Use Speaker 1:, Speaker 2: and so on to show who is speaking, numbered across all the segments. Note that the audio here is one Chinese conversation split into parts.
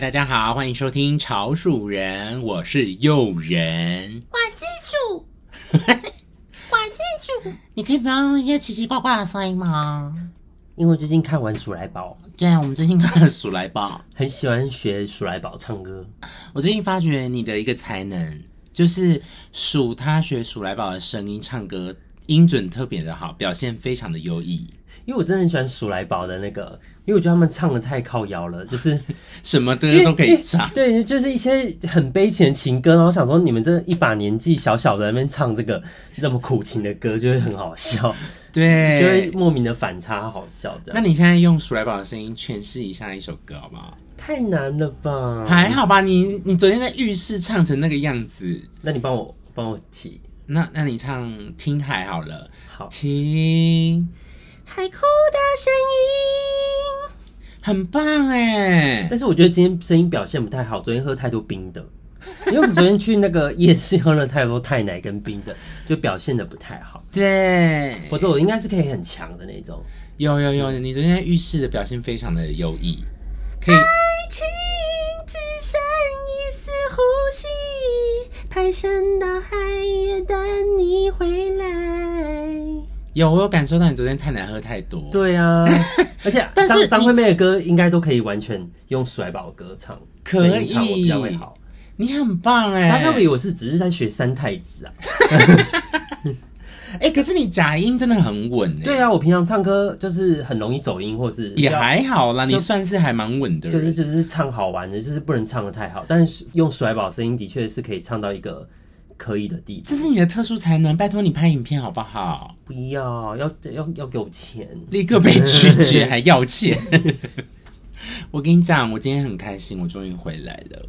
Speaker 1: 大家好，欢迎收听《潮鼠人》，我是诱人。
Speaker 2: 我是鼠，我 是鼠，
Speaker 3: 你可以不要一些奇奇怪怪的声音吗？
Speaker 4: 因为最近看完《鼠来宝
Speaker 3: 对啊，我们最近看，
Speaker 1: 看鼠来宝，》，
Speaker 4: 很喜欢学鼠来宝唱歌。
Speaker 1: 我最近发觉你的一个才能，就是数他学鼠来宝的声音唱歌，音准特别的好，表现非常的优异。
Speaker 4: 因为我真的很喜欢鼠来宝的那个，因为我觉得他们唱的太靠腰了， 就是，
Speaker 1: 什么歌都可以唱
Speaker 4: 对，就是一些很悲情的情歌。然后我想说，你们这一把年纪小小的在那边唱这个这么苦情的歌，就会很好笑，就会
Speaker 1: 对。
Speaker 4: 莫名的反差好笑这
Speaker 1: 那
Speaker 4: 样。
Speaker 1: 你现在用鼠来宝的声音诠释一下一首歌好不好？
Speaker 4: 太难了吧？
Speaker 1: 还好吧，你你昨天在浴室唱成那个样子，
Speaker 4: 那你帮我帮我起
Speaker 1: 那那你唱《听海》好了，
Speaker 4: 好，
Speaker 1: 听，
Speaker 2: 海哭的声音，
Speaker 1: 很棒哎。
Speaker 4: 但是我觉得今天声音表现不太好，昨天喝太多冰的。因为我们昨天去那个夜市喝了太多太奶跟冰的，就表现的不太好。
Speaker 1: 对，
Speaker 4: 否则我应该是可以很强的那种。
Speaker 1: 有有有，你昨天在浴室的表现非常的优异，可以
Speaker 2: 爱情只剩一丝呼吸，排山倒海也等你回来。
Speaker 1: 有我有感受到你昨天太难喝太多。，
Speaker 4: 对 啊，而且
Speaker 1: 但是
Speaker 4: 张张
Speaker 1: 你
Speaker 4: 惠妹的歌应该都可以完全用甩宝歌唱，
Speaker 1: 可以
Speaker 4: 声音唱我比较会好。
Speaker 1: 你很棒哎、
Speaker 4: 大家会以为我是只是在学三太子啊？
Speaker 1: 哎、可是你假音真的很稳哎、
Speaker 4: 对
Speaker 1: 啊，
Speaker 4: 啊，我平常唱歌就是很容易走音，或是比
Speaker 1: 也
Speaker 4: 较
Speaker 1: 还好啦，
Speaker 4: 就
Speaker 1: 你算是还蛮稳的人。
Speaker 4: 就是就是唱好玩的，就是不能唱的太好，但是用甩宝声音的确是可以唱到一个可以的地步。
Speaker 1: 这是你的特殊才能，拜托你拍影片好不好？
Speaker 4: 不要要要要给我钱，
Speaker 1: 立刻被拒绝还要钱。 我跟你讲，我今天很开心，我终于回来了。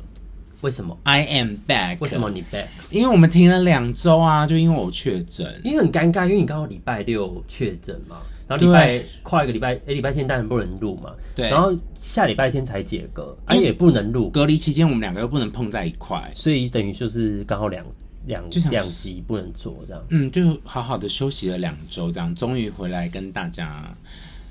Speaker 4: 为什么？
Speaker 1: I am back。
Speaker 4: 为什么？你 back？
Speaker 1: 因为我们停了两周啊，就因为我确诊。
Speaker 4: 因为很尴尬，因为你刚好礼拜六确诊嘛，然后礼拜
Speaker 1: 对
Speaker 4: 跨一个礼拜，哎、礼拜天当然不能录嘛，
Speaker 1: 对
Speaker 4: 然后下礼拜天才解隔，啊
Speaker 1: 因为
Speaker 4: 也不能录，
Speaker 1: 隔离期间，我们两个又不能碰在一块，
Speaker 4: 所以等于就是刚好两两
Speaker 1: 就想
Speaker 4: 两集不能做这样。
Speaker 1: 嗯，就好好的休息了两周，这样终于回来跟大家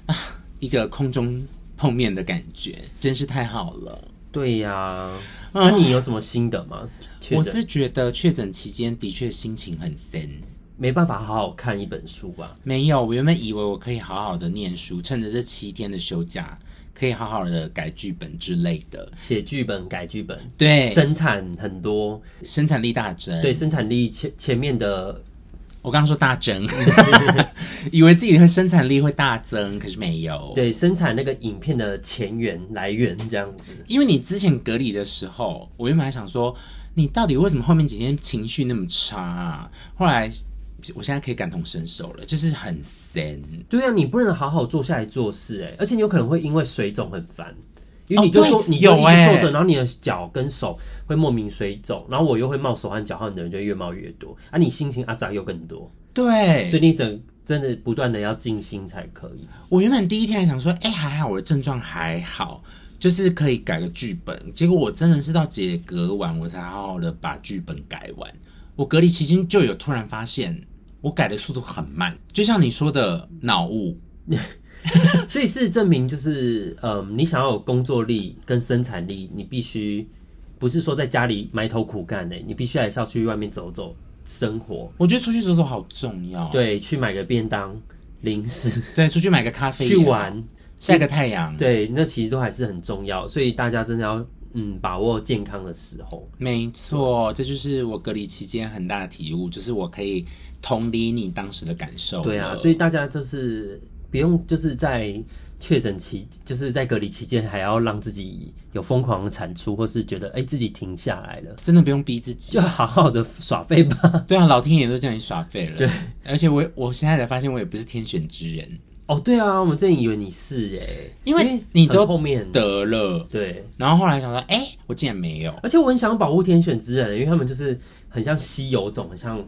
Speaker 1: 啊一个空中碰面的感觉，真是太好了。
Speaker 4: 对呀、
Speaker 1: 嗯
Speaker 4: 啊那你有什么心得吗？确
Speaker 1: 我
Speaker 4: 诊
Speaker 1: 是觉得确诊期间的确心情很森。
Speaker 4: 没办法好好看一本书啊吧？
Speaker 1: 没有，我原本以为我可以好好的念书，趁着这七天的休假，可以好好的改剧本之类的，
Speaker 4: 写剧本、改剧本，
Speaker 1: 对，嗯生
Speaker 4: 生产很多，
Speaker 1: 生产力大增。
Speaker 4: 对，生产力前前面的
Speaker 1: 我刚刚说大增， 以为自己的生产力会大增，可是没有。
Speaker 4: 对生产那个影片的前缘来源这样子。
Speaker 1: 因为你之前隔离的时候，我原本还想说，你到底为什么后面几天情绪那么差啊？后来我现在可以感同身受了，就是很闲。
Speaker 4: 对啊，你不能好好坐下来做事哎、而且你有可能会因为水肿很烦，因为你就
Speaker 1: 哦
Speaker 4: 坐，
Speaker 1: 对
Speaker 4: 你就一
Speaker 1: 有
Speaker 4: 直
Speaker 1: 欸
Speaker 4: 坐着，然后你的脚跟手会莫名水肿，然后我又会冒手汗脚汗的人就越冒越多，啊，你心情阿杂又更多，所
Speaker 1: 对，
Speaker 4: 以你整真的不断的要静心才可以。
Speaker 1: 我原本第一天还想说，哎、还好我的症状还好，就是可以改个剧本。结果我真的是到解隔完，我才好好的把剧本改完。我隔离期间就有突然发现，我改的速度很慢，就像你说的脑雾。
Speaker 4: 所以是证明就是，嗯，你想要有工作力跟生产力，你必须不是说在家里埋头苦干的、欸你必须还是要去外面走走生活，
Speaker 1: 我觉得出去走走好重要。
Speaker 4: 对，去买个便当、零食，
Speaker 1: 对，出去买个咖啡，
Speaker 4: 去玩。
Speaker 1: 晒个太阳。
Speaker 4: 对，那其实都还是很重要，所以大家真的要嗯把握健康的时候。
Speaker 1: 没错，这就是我隔离期间很大的体悟，就是我可以同理你当时的感受。
Speaker 4: 对啊，所
Speaker 1: 以
Speaker 4: 以大家就是不用就是在确诊期，就是在隔离期间还要让自己有疯狂的产出，或是觉得哎、自己停下来了，
Speaker 1: 真的不用逼自己
Speaker 4: 就。好好的耍废吧。
Speaker 1: 对啊，老天爷都叫你耍废了。
Speaker 4: 对，
Speaker 1: 而且我我现在才发现，我也不是天选之人，
Speaker 4: 哦，对啊，我们真以为你是哎、
Speaker 1: 因为你
Speaker 4: 很
Speaker 1: 都
Speaker 4: 后面
Speaker 1: 得了，
Speaker 4: 对。
Speaker 1: 然后后来想说，哎、我竟然没有。
Speaker 4: 而且我很想保护天选之人，因为他们就是很像稀有种，很像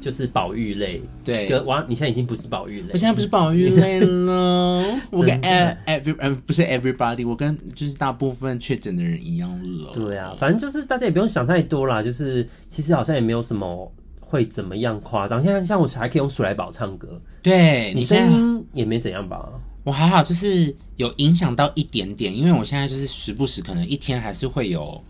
Speaker 4: 就是宝玉类。
Speaker 1: 对，
Speaker 4: 跟哇，你现在已经不是宝玉类
Speaker 1: 我，现在不是宝玉类 了，我跟
Speaker 4: 真
Speaker 1: e
Speaker 4: 的
Speaker 1: every 呃不是 everybody，我跟就是大部分确诊的人一样了。
Speaker 4: 嗯对啊，反正就是大家也不用想太多啦，就是其实好像也没有什么会怎么样夸张。像像我还可以用鼠来宝唱歌，
Speaker 1: 对
Speaker 4: 你啊
Speaker 1: 你
Speaker 4: 声
Speaker 1: 现在
Speaker 4: 音也没怎样吧？
Speaker 1: 我还好，就是有影响到一点点，因为我现在就是时不时可能一天还是会有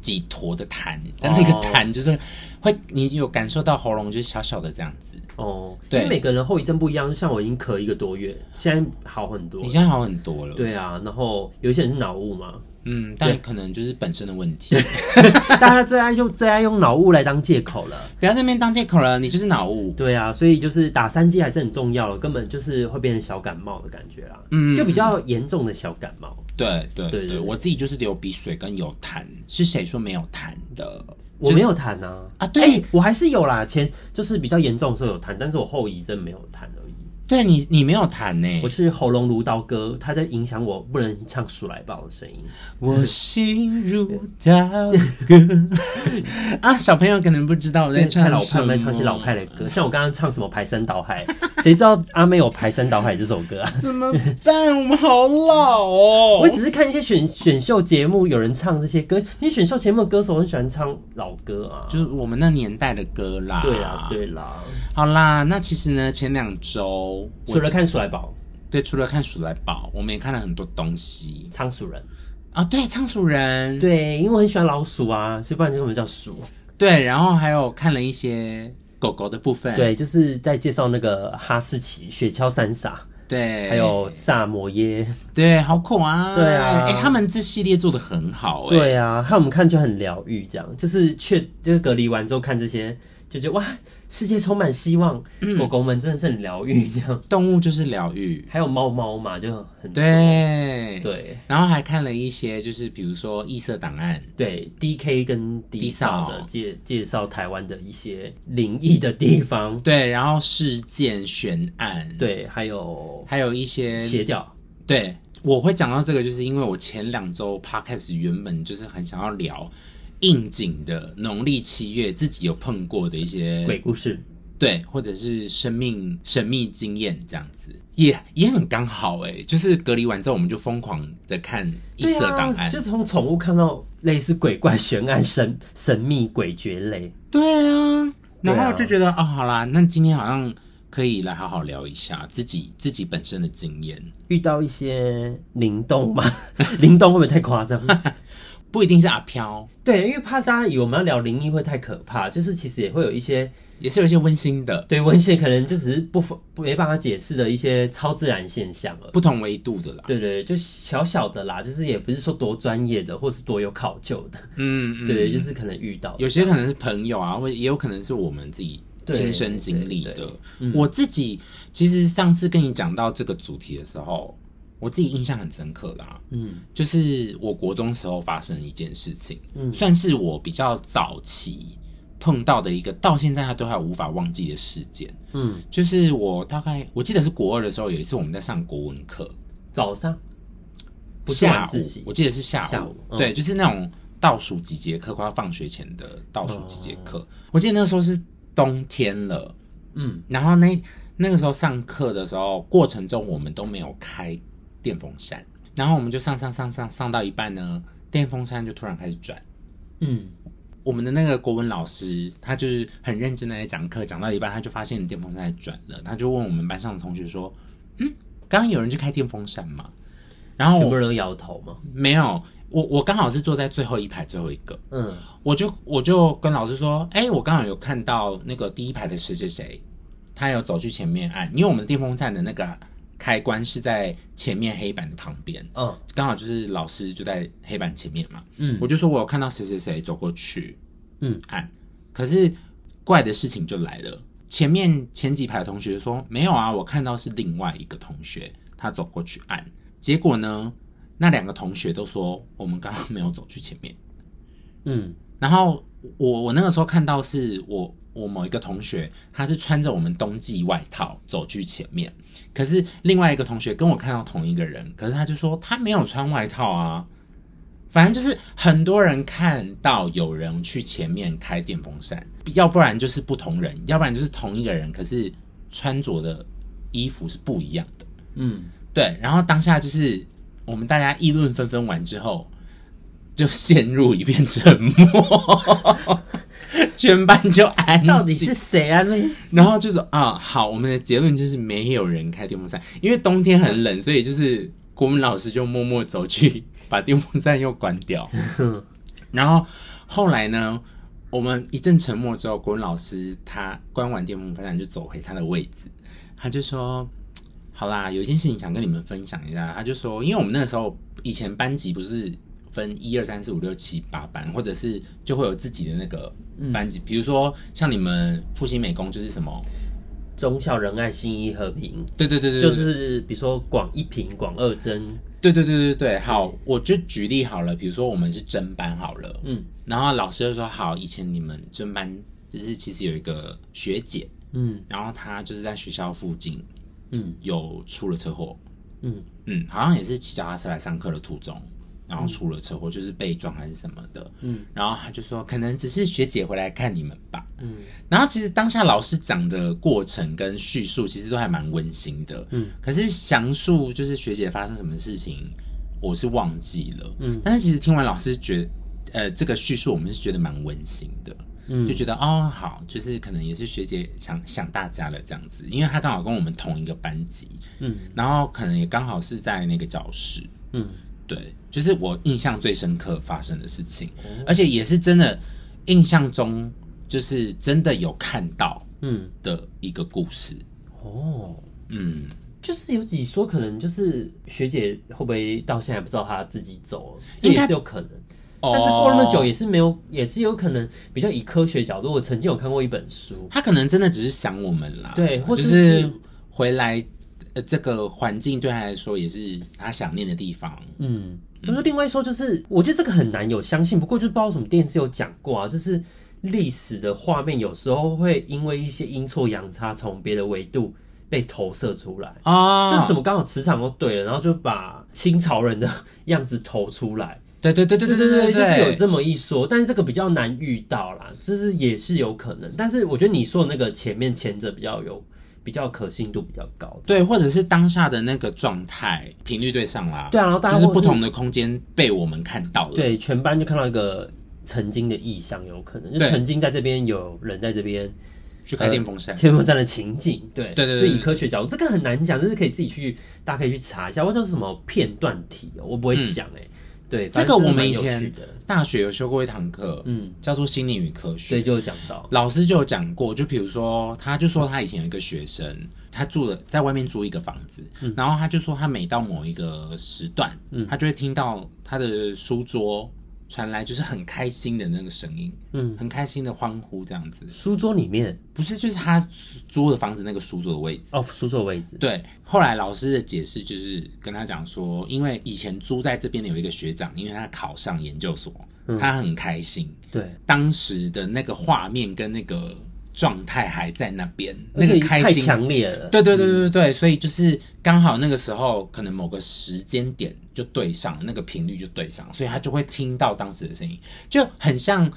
Speaker 1: 几坨的痰，但那个
Speaker 4: 哦
Speaker 1: 痰就是会你有感受到喉咙就是小小的这样子。
Speaker 4: 哦，
Speaker 1: 对
Speaker 4: 因为每个人后遗症不一样，像我已经咳一个多月，现在好很多
Speaker 1: 你。现在好很多了，，
Speaker 4: 对啊，然后有一些人是脑雾嘛，
Speaker 1: 嗯，但可能就是本身的问题，
Speaker 4: 大家最爱用最爱用脑雾来当借口了。
Speaker 1: 不要在那边当借口了，你就是脑雾。
Speaker 4: 对啊，所以就是打三剂还是很重要的，根本就是会变成小感冒的感觉啦，嗯，就比较严重的小感冒。
Speaker 1: 对对
Speaker 4: 对对
Speaker 1: 我自己就是流鼻水跟有痰，是谁说没有痰的？
Speaker 4: 我没有痰啊，
Speaker 1: 啊，对、
Speaker 4: 欸我还是有啦，前就是比较严重的时候有痰，但是我后遗症没有痰而已。
Speaker 1: 对，你你没有痰呢、
Speaker 4: 我是喉咙如刀割，它在影响我不能唱鼠来宝的声音。
Speaker 1: 我心如刀割 啊！小朋友可能不知道我在唱嗯
Speaker 4: 太老派，
Speaker 1: 什
Speaker 4: 我
Speaker 1: 么
Speaker 4: 们在唱些老派的歌，像我刚刚唱什么排山倒海， 谁知道阿妹有排山倒海这首歌啊？
Speaker 1: 怎么办？我们好老哦！
Speaker 4: 我只是看一些选选秀节目，有人唱这些歌，因为选秀节目的歌手很喜欢唱老歌啊。
Speaker 1: 就是啊我们那年代的歌啦。
Speaker 4: 对啦，。对啦，
Speaker 1: 好啦，那其实呢，前两周我
Speaker 4: 除了看鼠来宝，
Speaker 1: 对，除了看《鼠来宝》，我们也看了很多东西
Speaker 4: 仓鼠人，
Speaker 1: 啊、对，仓鼠人，
Speaker 4: 对，因为我很喜欢老鼠啊，所以不然就我们叫鼠。
Speaker 1: 对，然后还有看了一些狗狗的部分，
Speaker 4: 对，就是在介绍那个哈士奇、雪橇三傻，
Speaker 1: 对，
Speaker 4: 还有萨摩耶。
Speaker 1: 对，好可爱，
Speaker 4: 对啊
Speaker 1: 哎、他们这系列做的很好、哎，
Speaker 4: 对啊，还有我们看就很疗愈，这样就是确就是隔离完之后看这些，就觉得哇，世界充满希望，
Speaker 1: 嗯
Speaker 4: 狗狗们真的是很疗愈，这样。
Speaker 1: 动物就是疗愈，
Speaker 4: 还有猫猫嘛，就很
Speaker 1: 对，
Speaker 4: 对
Speaker 1: 然后还看了一些，就是比如说异色档案，
Speaker 4: 对，D K 跟 D 嫂
Speaker 1: 嫂
Speaker 4: 的介介绍台湾的一些灵异的地方，
Speaker 1: 对，然后事件悬案，，
Speaker 4: 对，还有
Speaker 1: 还有一些
Speaker 4: 邪教，
Speaker 1: 对，我会讲到这个，就是因为我前两周 podcast 原本就是很想要聊应景的农历七月自己有碰过的一些
Speaker 4: 鬼故事，
Speaker 1: 对，或者是生命神秘经验这样子，也也很刚好哎、就是隔离完之后，我们就疯狂的看异
Speaker 4: 对
Speaker 1: 色档案，
Speaker 4: 啊，就从宠物看到类似鬼怪、悬案、神神秘、诡谲类。
Speaker 1: 对啊，
Speaker 4: 对啊
Speaker 1: 然后就觉得、哦，好啦，那今天好像可以来好好聊一下自己自己本身的经验，
Speaker 4: 遇到一些灵动嘛， 灵动会不会太夸张？
Speaker 1: 不一定是阿飘，
Speaker 4: 对，因为怕大家以为我们要聊灵异会太可怕，就是其实也会有一些
Speaker 1: 也是有一些温馨的
Speaker 4: 对文献可能就只是不符不没办法解释的一些超自然现象了。
Speaker 1: 不同维度的啦。
Speaker 4: 对对，对就小小的啦，就是也不是说多专业的，或是多有考究的，
Speaker 1: 嗯，嗯
Speaker 4: 对，就是可能遇到的
Speaker 1: 有些可能是朋友啊，或者也有可能是我们自己
Speaker 4: 对
Speaker 1: 亲身经历的
Speaker 4: 对嗯对。
Speaker 1: 我自己其实上次跟你讲到这个主题的时候，我自己印象很深刻啦。
Speaker 4: 嗯，
Speaker 1: 就是我国中时候发生的一件事情，
Speaker 4: 嗯
Speaker 1: 算是我比较早期碰到的一个，到现在他都还无法忘记的事件。
Speaker 4: 嗯，
Speaker 1: 就是我大概我记得是国二的时候，有一次我们在上国文课，
Speaker 4: 早上不是
Speaker 1: 下
Speaker 4: 晚
Speaker 1: 午
Speaker 4: 自习
Speaker 1: 我，记得是下午，
Speaker 4: 下午嗯
Speaker 1: 对，就是那种倒数几节课，快要放学前的倒数几节课。我记得那时候是冬天了，
Speaker 4: 哦嗯，
Speaker 1: 然后那那个时候上课的时候，过程中我们都没有开电风扇，然后我们就上上上上上到一半呢，电风扇就突然开始转。
Speaker 4: 嗯，
Speaker 1: 我们的那个国文老师，他就是很认真的在讲课，讲到一半他就发现电风扇在转了，他就问我们班上的同学说：“嗯，刚刚有人去开电风扇吗？”然后
Speaker 4: 全
Speaker 1: 我
Speaker 4: 部人都摇头嘛，
Speaker 1: 没有，我我刚好是坐在最后一排最后一个，
Speaker 4: 嗯，
Speaker 1: 我就我就跟老师说，哎、我刚好有看到那个第一排的谁谁谁，他有走去前面按，因为我们电风扇的那个开关是在前面黑板的旁边，
Speaker 4: 嗯，
Speaker 1: 刚好就是老师就在黑板前面嘛，
Speaker 4: 嗯，
Speaker 1: 我就说我有看到谁谁谁走过去，
Speaker 4: 嗯，
Speaker 1: 按，可是怪的事情就来了，前面前几排的同学说没有啊，我看到是另外一个同学他走过去按，结果呢，那两个同学都说我们刚刚没有走去前面，
Speaker 4: 嗯，
Speaker 1: 然后我我那个时候看到是我我某一个同学，他是穿着我们冬季外套走去前面，可是另外一个同学跟我看到同一个人，可是他就说他没有穿外套啊。反正就是很多人看到有人去前面开电风扇，要不然就是不同人，要不然就是同一个人，可是穿着的衣服是不一样的。
Speaker 4: 嗯，
Speaker 1: 对，然后当下就是我们大家议论纷纷完之后，就陷入一片沉默， 全班就安静。
Speaker 4: 到底是谁啊？那
Speaker 1: 然后就是啊，好，我们的结论就是没有人开电风扇，因为冬天很冷，所以就是国文老师就默默走去把电风扇又关掉。然后后来呢，我们一阵沉默之后，国文老师他关完电风扇就走回他的位置，他就说：“好啦，有一件事情想跟你们分享一下。”他就说：“因为我们那时候以前班级不是分一二三四五六七八班，或者是就会有自己的那个班级，比如说像你们复兴美工就是什么，
Speaker 4: 忠孝仁爱信义和平，
Speaker 1: 对对对对，
Speaker 4: 就
Speaker 1: 对
Speaker 4: 是比如说广一平、广二真，
Speaker 1: 对对对对对，好，我就举例好了，比如说我们是真班好了，
Speaker 4: 嗯
Speaker 1: 然后老师就说好，以前你们真班就是其实有一个学姐，
Speaker 4: 嗯
Speaker 1: 然后她就是在学校附近
Speaker 4: 嗯
Speaker 1: 有出了车祸，
Speaker 4: 嗯
Speaker 1: 嗯，好像也是骑脚踏车来上课的途中，然后出了车祸，就是被撞还是什么的，嗯，然后他就说可能只是学姐回来看你们吧，嗯，然后其实当下老师讲的过程跟叙述其实都还蛮温馨的，嗯，可是详述就是学姐发生什么事情，我是忘记了，嗯，但是其实听完老师觉呃，这个叙述我们是觉得蛮温馨的，嗯，就觉得哦好，就是可能也是学姐想想大家了这样子，因为她刚好跟我们同一个班级，嗯，然后可能也刚好是在那个教室，
Speaker 4: 嗯，
Speaker 1: 对，就是我印象最深刻发生的事情，
Speaker 4: 哦
Speaker 1: 而且也是真的印象中就是真的有看到
Speaker 4: 嗯，
Speaker 1: 的一个故事，
Speaker 4: 哦。
Speaker 1: 嗯，
Speaker 4: 就是有己说，可能就是学姐会不会到现在不知道她自己走了，这
Speaker 1: 应
Speaker 4: 也
Speaker 1: 该
Speaker 4: 是有可能。但是过了那么久
Speaker 1: 哦
Speaker 4: 也是没有，也是有可能比较以科学角度。我曾经有看过一本书，
Speaker 1: 他可能真的只是想我们啦，
Speaker 4: 对或
Speaker 1: 就是是回来，呃，这个环境对他来说也是他想念的地方。
Speaker 4: 嗯，我说另外说就是，我觉得这个很难有相信，不过就是不知道为什么电视有讲过啊，就是历史的画面有时候会因为一些阴错阳差从别的维度被投射出来。
Speaker 1: 哦，
Speaker 4: 就是什？么刚好磁场都对了，然后就把清朝人的样子投出来。
Speaker 1: 对 对对对对对
Speaker 4: 就是有
Speaker 1: 对，
Speaker 4: 这么一说，但是这个比较难遇到啦，就是也是有可能。但是我觉得你说的那个前面前者比较有比较可信度比较高。
Speaker 1: 对，或者是当下的那个状态频率对上啦。
Speaker 4: 对啊然后大家
Speaker 1: 就是
Speaker 4: 或是
Speaker 1: 不同的空间被我们看到了。，
Speaker 4: 对，全班就看到一个曾经的意象，有可能就
Speaker 1: 对
Speaker 4: 曾经在这边有人在这边
Speaker 1: 去开
Speaker 4: 呃
Speaker 1: 电风扇。
Speaker 4: 天风山的情景，对
Speaker 1: 对对对对
Speaker 4: 就以科学角度，这个很难讲，就是可以自己去，大家可以去查一下，或者是什么片段题哦，我不会讲哎、对，
Speaker 1: 嗯这
Speaker 4: 反
Speaker 1: 个
Speaker 4: 正
Speaker 1: 我
Speaker 4: 真
Speaker 1: 们
Speaker 4: 的蛮
Speaker 1: 以
Speaker 4: 有趣
Speaker 1: 前
Speaker 4: 的，
Speaker 1: 大学有修过一堂课，
Speaker 4: 嗯，
Speaker 1: 叫做心理与科学。
Speaker 4: 所以就有讲到，
Speaker 1: 老师就有讲过，就比如说，他就说他以前有一个学生，他住的在外面租一个房子，
Speaker 4: 嗯
Speaker 1: 然后他就说他每到某一个时段，他就会听到他的书桌传来就是很开心的那个声音，嗯，很开心的欢呼这样子，
Speaker 4: 书桌里面
Speaker 1: 不是就是他租的房子那个书桌的位置。
Speaker 4: 哦，书桌位置，
Speaker 1: 对，后来老师的解释就是跟他讲说，因为以前租在这边的有一个学长，因为他考上研究所，
Speaker 4: 嗯
Speaker 1: 他很开心，
Speaker 4: 对，
Speaker 1: 当时的那个画面跟那个状态还在那边，
Speaker 4: 而
Speaker 1: 那
Speaker 4: 且
Speaker 1: 个开
Speaker 4: 太
Speaker 1: 心。
Speaker 4: 强烈了，
Speaker 1: 对对对对对对，所以就是刚好那个时候，可能某个时间点就对上，那个频率就对上，所以他就会听到当时的声音，就很像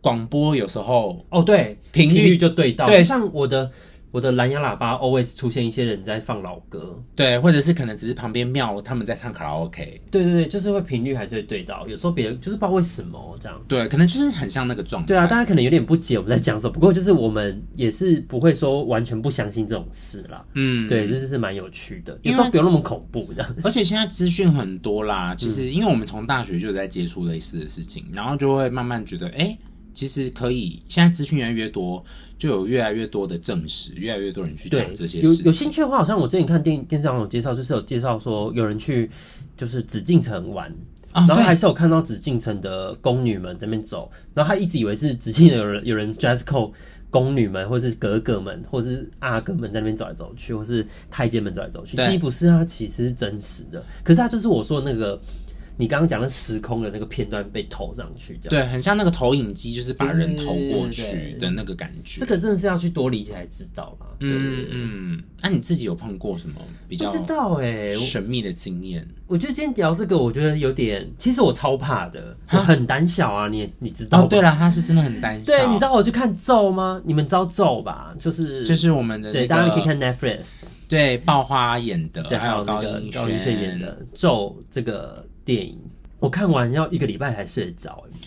Speaker 1: 广播有时候
Speaker 4: 哦，对，
Speaker 1: 频率
Speaker 4: 就对到，
Speaker 1: 对
Speaker 4: 就像我的我的蓝牙喇叭 always 出现一些人在放老歌，
Speaker 1: 对，或者是可能只是旁边庙他们在唱卡拉 OK，
Speaker 4: 对对对，就是会频率还是会对到，有时候别人就是不知道为什么这样。
Speaker 1: 对，可能就是很像那个状态。
Speaker 4: 对啊，大家可能有点不解我们在讲什么，不过就是我们也是不会说完全不相信这种事啦。
Speaker 1: 嗯，
Speaker 4: 对，这就是蛮有趣的，
Speaker 1: 因为
Speaker 4: 有时候不用那么恐怖的。
Speaker 1: 而且现在资讯很多啦，其
Speaker 4: 嗯
Speaker 1: 实因为我们从大学就有在接触类似的事情，然后就会慢慢觉得，哎、其实可以。现在资讯越来越多，就有越来越多的证实，越来越多人去
Speaker 4: 对
Speaker 1: 讲这，些
Speaker 4: 有
Speaker 1: 事
Speaker 4: 有
Speaker 1: 情。
Speaker 4: 兴趣的话，好像我之前看电电视上有介绍，就是有介绍说有人去就是紫禁城玩。
Speaker 1: 啊
Speaker 4: 然后
Speaker 1: 对
Speaker 4: 还是有看到紫禁城的宫女们这边走，然后他一直以为是紫禁城有人有人 dress code 宫女们，或是格格们，或是阿哥们在那边走来走去，或是太监们走来走去。
Speaker 1: 对
Speaker 4: 其实不是，它其实是真实的。可是它就是我说那个你刚刚讲的时空的那个片段被投上去，这样。
Speaker 1: 对，很像那个投影机，就是把人投过
Speaker 4: 对对
Speaker 1: 去
Speaker 4: 对
Speaker 1: 的那个感觉。
Speaker 4: 这个真的是要去多理解才知道啦。对对
Speaker 1: 嗯
Speaker 4: 对，
Speaker 1: 嗯，那、你自己有碰过什么比
Speaker 4: 不
Speaker 1: 较
Speaker 4: 知道哎、我
Speaker 1: 神秘的经验？
Speaker 4: 我觉得今天聊这个，我觉得有点，其实我超怕的，我很胆小啊，你也你知道吧
Speaker 1: 哦，对了，他是真的很胆小。
Speaker 4: 对，你知道我去看咒吗？你们知道咒吧？就是
Speaker 1: 这是我们的那
Speaker 4: 对，
Speaker 1: 个
Speaker 4: 大家可以看 Netflix，
Speaker 1: 对爆花演的，
Speaker 4: 对，还有
Speaker 1: 有
Speaker 4: 那
Speaker 1: 高
Speaker 4: 个高
Speaker 1: 英
Speaker 4: 英
Speaker 1: 轩
Speaker 4: 轩演的咒这个电影，我看完要一个礼拜才睡得着、欸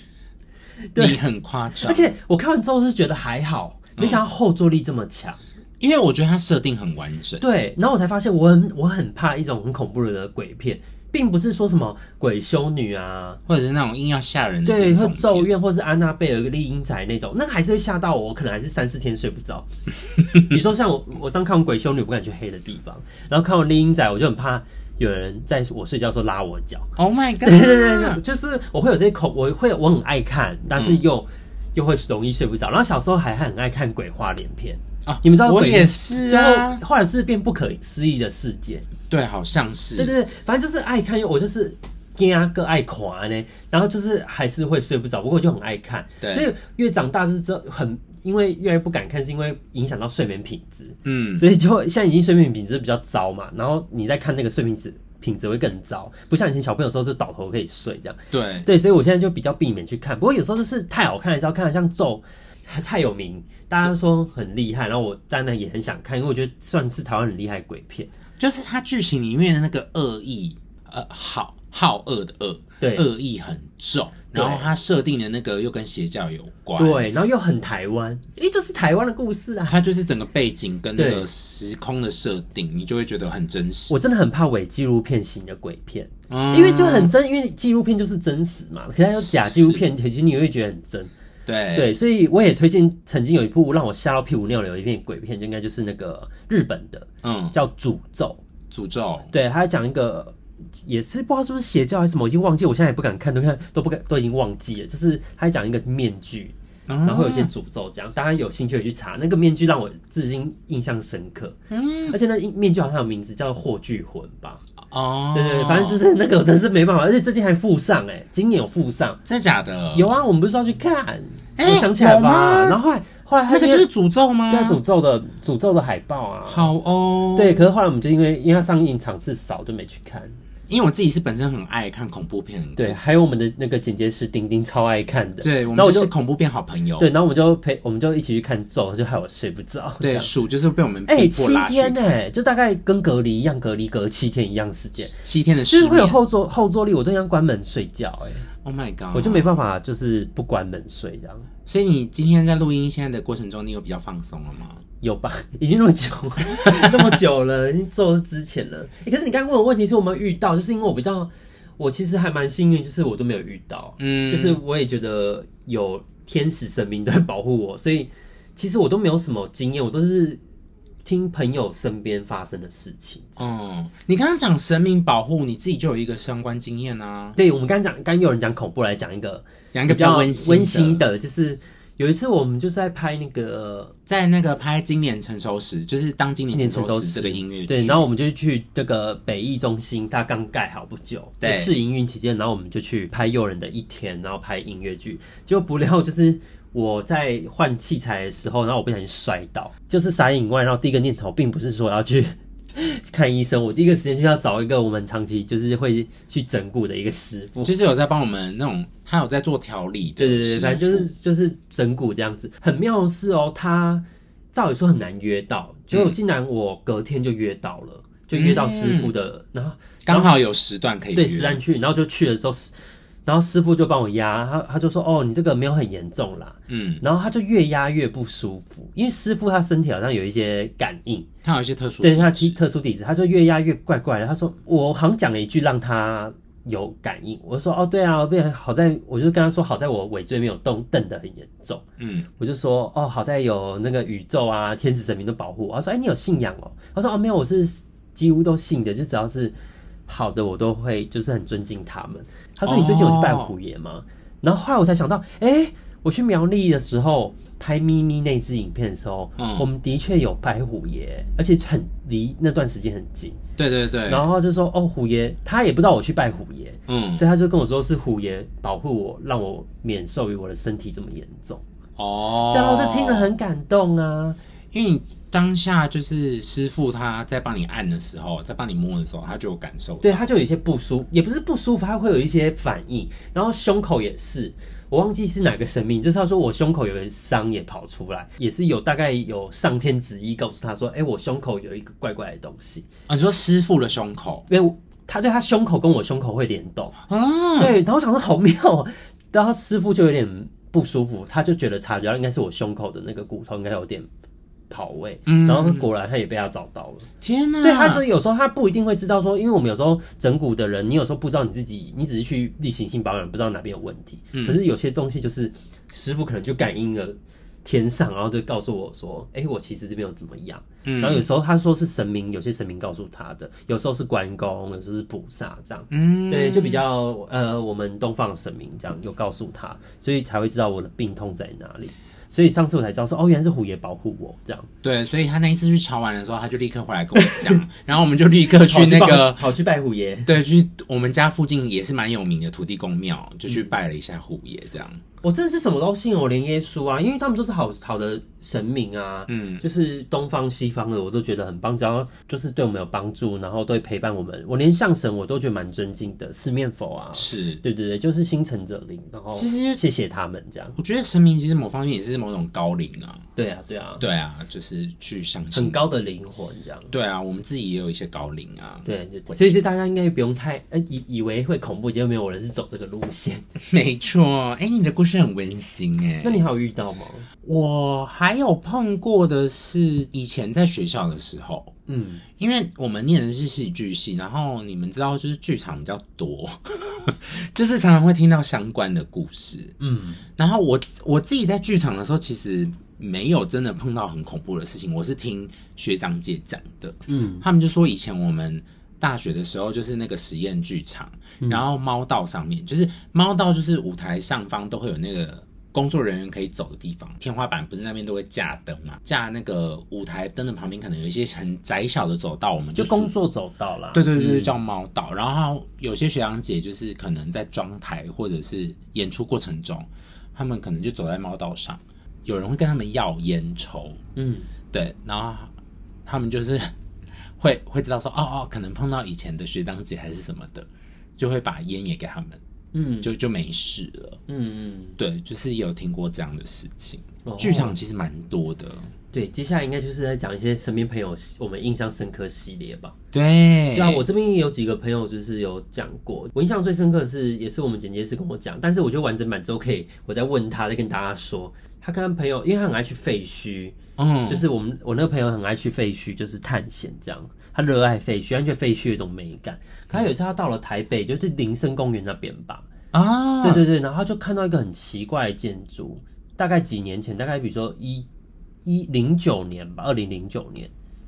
Speaker 4: 对
Speaker 1: 你很夸张，
Speaker 4: 而且我看完之后是觉得还好，
Speaker 1: 嗯
Speaker 4: 没想到后坐力这么强。
Speaker 1: 因为我觉得它设定很完整，
Speaker 4: 对，然后我才发现我很我很怕一种很恐怖的鬼片，并不是说什么鬼修女啊，
Speaker 1: 或者是那种硬要吓人的
Speaker 4: 对，
Speaker 1: 惊悚
Speaker 4: 或
Speaker 1: 片
Speaker 4: 咒怨，或是安娜贝尔、丽英仔那种，那个还是会吓到我，我可能还是三四天睡不着。你说像我，我上看完鬼修女，我不敢去黑的地方，然后看完丽英仔，我就很怕有人在我睡觉的时候拉我脚。
Speaker 1: Oh my
Speaker 4: 对对对
Speaker 1: god！
Speaker 4: 对， 就是我会有这些恐，我会我很爱看，但是又、又会容易睡不着。然后小时候还很爱看鬼话连篇，
Speaker 1: 啊
Speaker 4: 你们知道
Speaker 1: 我
Speaker 4: 鬼
Speaker 1: 也是
Speaker 4: 最
Speaker 1: 啊
Speaker 4: 后，后来是变不可思议的世界。
Speaker 1: 对，好像是，
Speaker 4: 对对对，反正就是爱看，我就是惊啊个爱狂呢，然后就是还是会睡不着，不过我就很爱看，
Speaker 1: 对
Speaker 4: 所以越长大就是这很，因为越来越不敢看，是因为影响到睡眠品质，
Speaker 1: 嗯，
Speaker 4: 所以就现在已经睡眠品质比较糟嘛，然后你再看那个睡眠质品质会更糟，不像以前小朋友的时候是倒头可以睡这样，
Speaker 1: 对，
Speaker 4: 对，所以我现在就比较避免去看，不过有时候就是太好看了，是要看，像咒。太有名，大家说很厉害，然后我当然也很想看，因为我觉得算是台湾很厉害的鬼片。
Speaker 1: 就是它剧情里面的那个恶意，呃，好好恶的恶，
Speaker 4: 对
Speaker 1: 恶意很重，
Speaker 4: 对
Speaker 1: 然后它设定的那个又跟邪教有关，，
Speaker 4: 对，然后又很台湾，诶，就是台湾的故事啊。
Speaker 1: 它就是整个背景跟那个
Speaker 4: 对
Speaker 1: 时空的设定，你就会觉得很真实，
Speaker 4: 我真的很怕伪纪录片型的鬼片，
Speaker 1: 嗯
Speaker 4: 因为就很真，因为纪录片就是真实嘛。可是它有假纪录片，其实你会觉得很真。
Speaker 1: 对
Speaker 4: 对，所以我也推荐曾经有一部让我吓到屁股尿流的一片鬼片，就应该就是那个日本的，
Speaker 1: 嗯，
Speaker 4: 叫《诅咒
Speaker 1: 诅咒》。，
Speaker 4: 对，它讲一个。也是不知道是不是邪教还是什么，我已经忘记，我现在也不敢看，都看都不敢，都已经忘记了。就是他讲一个面具，
Speaker 1: 然
Speaker 3: 啊
Speaker 4: 然后会有一些诅咒这样，大家有兴趣可以去查。那个面具让我至今印象深刻，嗯，而且那面具好像有名字叫霍聚魂吧？
Speaker 1: 哦，
Speaker 4: 对对对，反正就是是那个我真是没办法，而且最近还附上哎、今年有附上，
Speaker 1: 真的假的，
Speaker 4: 有啊，我们不是要去看？
Speaker 3: 哦哎
Speaker 4: 我想起来
Speaker 3: 有吗
Speaker 4: 吧，然后后来后来他
Speaker 3: 那个
Speaker 4: 因
Speaker 3: 就
Speaker 4: 为
Speaker 3: 是诅咒吗？
Speaker 4: 对啊诅咒的诅咒的海报啊，
Speaker 1: 好哦，
Speaker 4: 对，，可是后来我们就因为因为它上映场次少就没去看，
Speaker 1: 因为我自己是本身很爱看恐怖片，
Speaker 4: 对，还有我们的那个剪接师丁丁超爱看的，
Speaker 1: 嗯对，我
Speaker 4: 然
Speaker 1: 们
Speaker 4: 后我
Speaker 1: 就
Speaker 4: 就是
Speaker 1: 恐怖片好朋友，
Speaker 4: 对，然后我们就陪我们就一起去看咒，就害我睡不着，这
Speaker 1: 对，
Speaker 4: 样
Speaker 1: 鼠就是被我们
Speaker 4: 哎、
Speaker 1: 逼迫
Speaker 4: 七
Speaker 1: 拉去
Speaker 4: 天呢、就大概跟隔离一样，隔离隔七天一样时间，
Speaker 1: 七天的
Speaker 4: 就
Speaker 1: 失
Speaker 4: 是
Speaker 1: 眠
Speaker 4: 会有后坐后坐力，我都想关门睡觉、哎，
Speaker 1: ，Oh my god，
Speaker 4: 我就没
Speaker 1: 法。
Speaker 4: 办法就是不关门睡这样，
Speaker 1: 所以你今天在录音现在的过程中，你有比较放松了吗？
Speaker 4: 有吧？ 已经那么久 了，那么久了，已经做之前了、哎可是你刚刚问我问题是我们遇到，就是因为我比较，我其实还蛮幸运，就是我都没有遇到，
Speaker 1: 嗯
Speaker 4: 就是我也觉得有天使神明在保护我，所以其实我都没有什么经验，我都是听朋友身边发生的事情。
Speaker 1: 嗯，你刚刚讲神明保护，你自己就有一个相关经验啊，
Speaker 4: 对，我们刚刚讲，刚刚有人讲恐怖，来讲一个
Speaker 1: 讲一个
Speaker 4: 比较
Speaker 1: 温馨
Speaker 4: 温馨
Speaker 1: 的，
Speaker 4: 的，就是有一次我们就是在拍那个
Speaker 1: 在那个拍《今年成熟时》，就是当今
Speaker 4: 《
Speaker 1: 年
Speaker 4: 年
Speaker 1: 成
Speaker 4: 成
Speaker 1: 熟
Speaker 4: 熟
Speaker 1: 时
Speaker 4: 时
Speaker 1: 这》个音乐剧，
Speaker 4: 对，然后我们就去这个北艺中心，它刚盖好不久，
Speaker 1: 对
Speaker 4: 就试营运期间，然后我们就去拍《诱人的一天》，然后拍音乐剧，就不料就是。我在换器材的时候，然后我不小心摔倒，就是傻眼以外，然后第一个念头并不是说我要去 看医生，我第一个时间就要找一个我们长期就是会去整骨的一个师傅，
Speaker 1: 就是有在帮我们那种，他有在做调理的
Speaker 4: 对
Speaker 1: 师傅，
Speaker 4: 对对，反正就是就是整蛊这样子。很妙的是哦，他照理说很难约到，结果竟然我隔天就约到了，就约到师傅的，
Speaker 1: 嗯
Speaker 4: 然后
Speaker 1: 刚好有时段可以
Speaker 4: 对
Speaker 1: 约
Speaker 4: 实战去，然后就去的时候，师然后师傅就帮我压，他他就说哦，你这个没有很严重啦，
Speaker 1: 嗯，
Speaker 4: 然后他就越压越不舒服，因为师傅他身体好像有一些感应，
Speaker 1: 他有一些特殊
Speaker 4: 对他
Speaker 1: 体
Speaker 4: 其
Speaker 1: 质
Speaker 4: 特殊体质，他说越压越怪怪的。他说我好像讲了一句让他有感应，我就说哦对啊，不然好在我就跟他说好在我尾椎没有动，瞪得很严重。
Speaker 1: 嗯，
Speaker 4: 我就说哦好在有那个宇宙啊天使神明的保护。他说哎你有信仰哦？他说哦没有，我是几乎都信的，就只要是好的我都会就是很尊敬他们。他说你最近有去拜虎爷吗？然后后来我才想到，哎。我去苗栗的时候拍咪咪那支影片的时候，
Speaker 1: 嗯
Speaker 4: 我们的确有拜虎爷，而且很离那段时间很近。
Speaker 1: 对对对，
Speaker 4: 然后就说哦，虎爷，他也不知道我去拜虎爷，
Speaker 1: 嗯
Speaker 4: 所以他就跟我说是虎爷保护我，让我免受于我的身体这么严重。
Speaker 1: 哦，
Speaker 4: 啊然后我就听了很感动啊，
Speaker 1: 因为你当下就是师傅他在帮你按的时候，在帮你摸的时候，他就有感受。，
Speaker 4: 对，他就有一些不舒服，也不是不舒服，他会有一些反应，然后胸口也是，我忘记是哪个神明，就是他说我胸口有个伤也跑出来，也是有大概有上天旨意告诉他说，哎、我胸口有一个怪怪的东西，
Speaker 1: 啊，你说师傅的胸口，
Speaker 4: 因为我他对他胸口跟我胸口会联动，
Speaker 1: 啊，
Speaker 4: 对，然后我想说好妙、哦，然后师傅就有点不舒服，他就觉得察觉到应该是我胸口的那个骨头应该有点跑位，
Speaker 1: 嗯
Speaker 4: 然后果然他也被他找到了。
Speaker 1: 天哪！
Speaker 4: 对，他说有时候他不一定会知道说，因为我们有时候整骨的人，你有时候不知道你自己，你只是去例行性保养，不知道哪边有问题。
Speaker 1: 嗯
Speaker 4: 可是有些东西就是师傅可能就感应了天上，然后就告诉我说，哎、我其实这边有怎么样。
Speaker 1: 嗯
Speaker 4: 然后有时候他说是神明，有些神明告诉他的，有时候是关公，有时候是菩萨这样。
Speaker 1: 嗯，
Speaker 4: 对，就比较呃，我们东方神明这样有告诉他，所以才会知道我的病痛在哪里。所以上次我才知道说，哦，原来是虎爷保护我这样。
Speaker 1: 对，所以他那一次去潮玩的时候，他就立刻回来跟我 讲，然后我们就立刻去那个
Speaker 4: 跑去拜虎爷，
Speaker 1: 对，去我们家附近也是蛮有名的土地公庙，就去拜了一下虎爷，这样。
Speaker 4: 我真的是什么都信，我连耶稣啊，因为他们都是好好的神明啊，
Speaker 1: 嗯，
Speaker 4: 就是东方西方的我都觉得很棒，只要就是对我们有帮助，然后对陪伴我们，我连象神我都觉得蛮尊敬的，四面佛啊，
Speaker 1: 是。
Speaker 4: 对对对，就是心诚则灵，然后
Speaker 1: 其实
Speaker 4: 谢谢他们这样，
Speaker 1: 我觉得神明其实某方面也是某种高龄啊，
Speaker 4: 对啊对啊，
Speaker 1: 对啊，就是去相
Speaker 4: 很
Speaker 1: 信。
Speaker 4: 高的灵魂这样。
Speaker 1: 对啊，我们自己也有一些高龄啊。
Speaker 4: 对，对对所以是大家应该不用太呃以以为会恐怖，结果没有我人是走这个路线。
Speaker 1: 没错。哎、你的故事很温馨哎、
Speaker 4: 那你还有遇到吗？
Speaker 1: 我还有碰过的是以前在学校的时候，
Speaker 4: 嗯，
Speaker 1: 因为我们念的是戏剧系，然后你们知道，就是剧场比较多，就是常常会听到相关的故事。
Speaker 4: 嗯，
Speaker 1: 然后我我自己在剧场的时候，其实没有真的碰到很恐怖的事情，我是听学长姐讲的。
Speaker 4: 嗯，
Speaker 1: 他们就说以前我们大学的时候，就是那个实验剧场，
Speaker 4: 嗯
Speaker 1: 然后猫道上面，就是猫道就是舞台上方都会有那个。工作人员可以走的地方，天花板不是那边都会架灯嘛？架那个舞台灯的旁边，可能有一些很窄小的走道，我们
Speaker 4: 就
Speaker 1: 俗
Speaker 4: 工作走到啦。
Speaker 1: 对对对，就是叫猫岛。然后有些学长姐就是可能在妆台或者是演出过程中，他们可能就走在猫道上，有人会跟他们要烟抽，
Speaker 4: 嗯，
Speaker 1: 对， 然后他们就是 会会知道说，哦哦，可能碰到以前的学长姐还是什么的，就会把烟也给他们，
Speaker 4: 嗯
Speaker 1: 就就没事了。
Speaker 4: 嗯嗯。
Speaker 1: 对，就是也有听过这样的事情
Speaker 4: 哦。
Speaker 1: 剧场其实蛮多的，
Speaker 4: 对，接下来应该就是在讲一些身边朋友我们印象深刻系列吧。
Speaker 1: 对
Speaker 4: 对啊，我这边也有几个朋友就是有讲过，我印象最深刻的是，也是我们剪接师跟我讲，但是我觉得完整版之后可以，我再问他，再跟大家说。他跟他朋友，因为他很爱去废墟，
Speaker 1: 嗯，
Speaker 4: 就是我们我那个朋友很爱去废墟，就是探险这样，他热爱废墟，他觉得废墟有一种美感。可他有一次他到了台北，就是林森公园那边吧，
Speaker 1: 啊，
Speaker 4: 对对对，然后他就看到一个很奇怪的建筑，大概几年前，大概比如说一一零九年吧，二零零九年，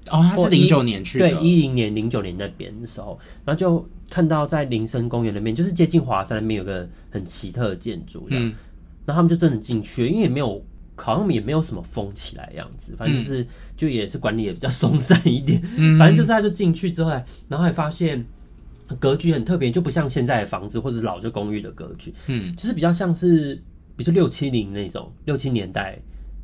Speaker 1: 哦，他是
Speaker 4: 或
Speaker 1: 零
Speaker 4: 一
Speaker 1: 九年去的，
Speaker 4: 对，一零年、零九年那边的时候，然后就看到在林森公园那边，就是接近华山那边有个很奇特的建筑，
Speaker 1: 嗯，
Speaker 4: 嗯然后他们就真的进去了，因为也没有。好像也没有什么封起来的样子，反正就是、就也是管理也比较松散一点，
Speaker 1: 嗯
Speaker 4: 反正就是他就进去之后，然后还发现呃格局很特别，就不像现在的房子或者是老旧公寓的格局，
Speaker 1: 嗯，
Speaker 4: 就是比较像是，比如说六七零那种，六七年代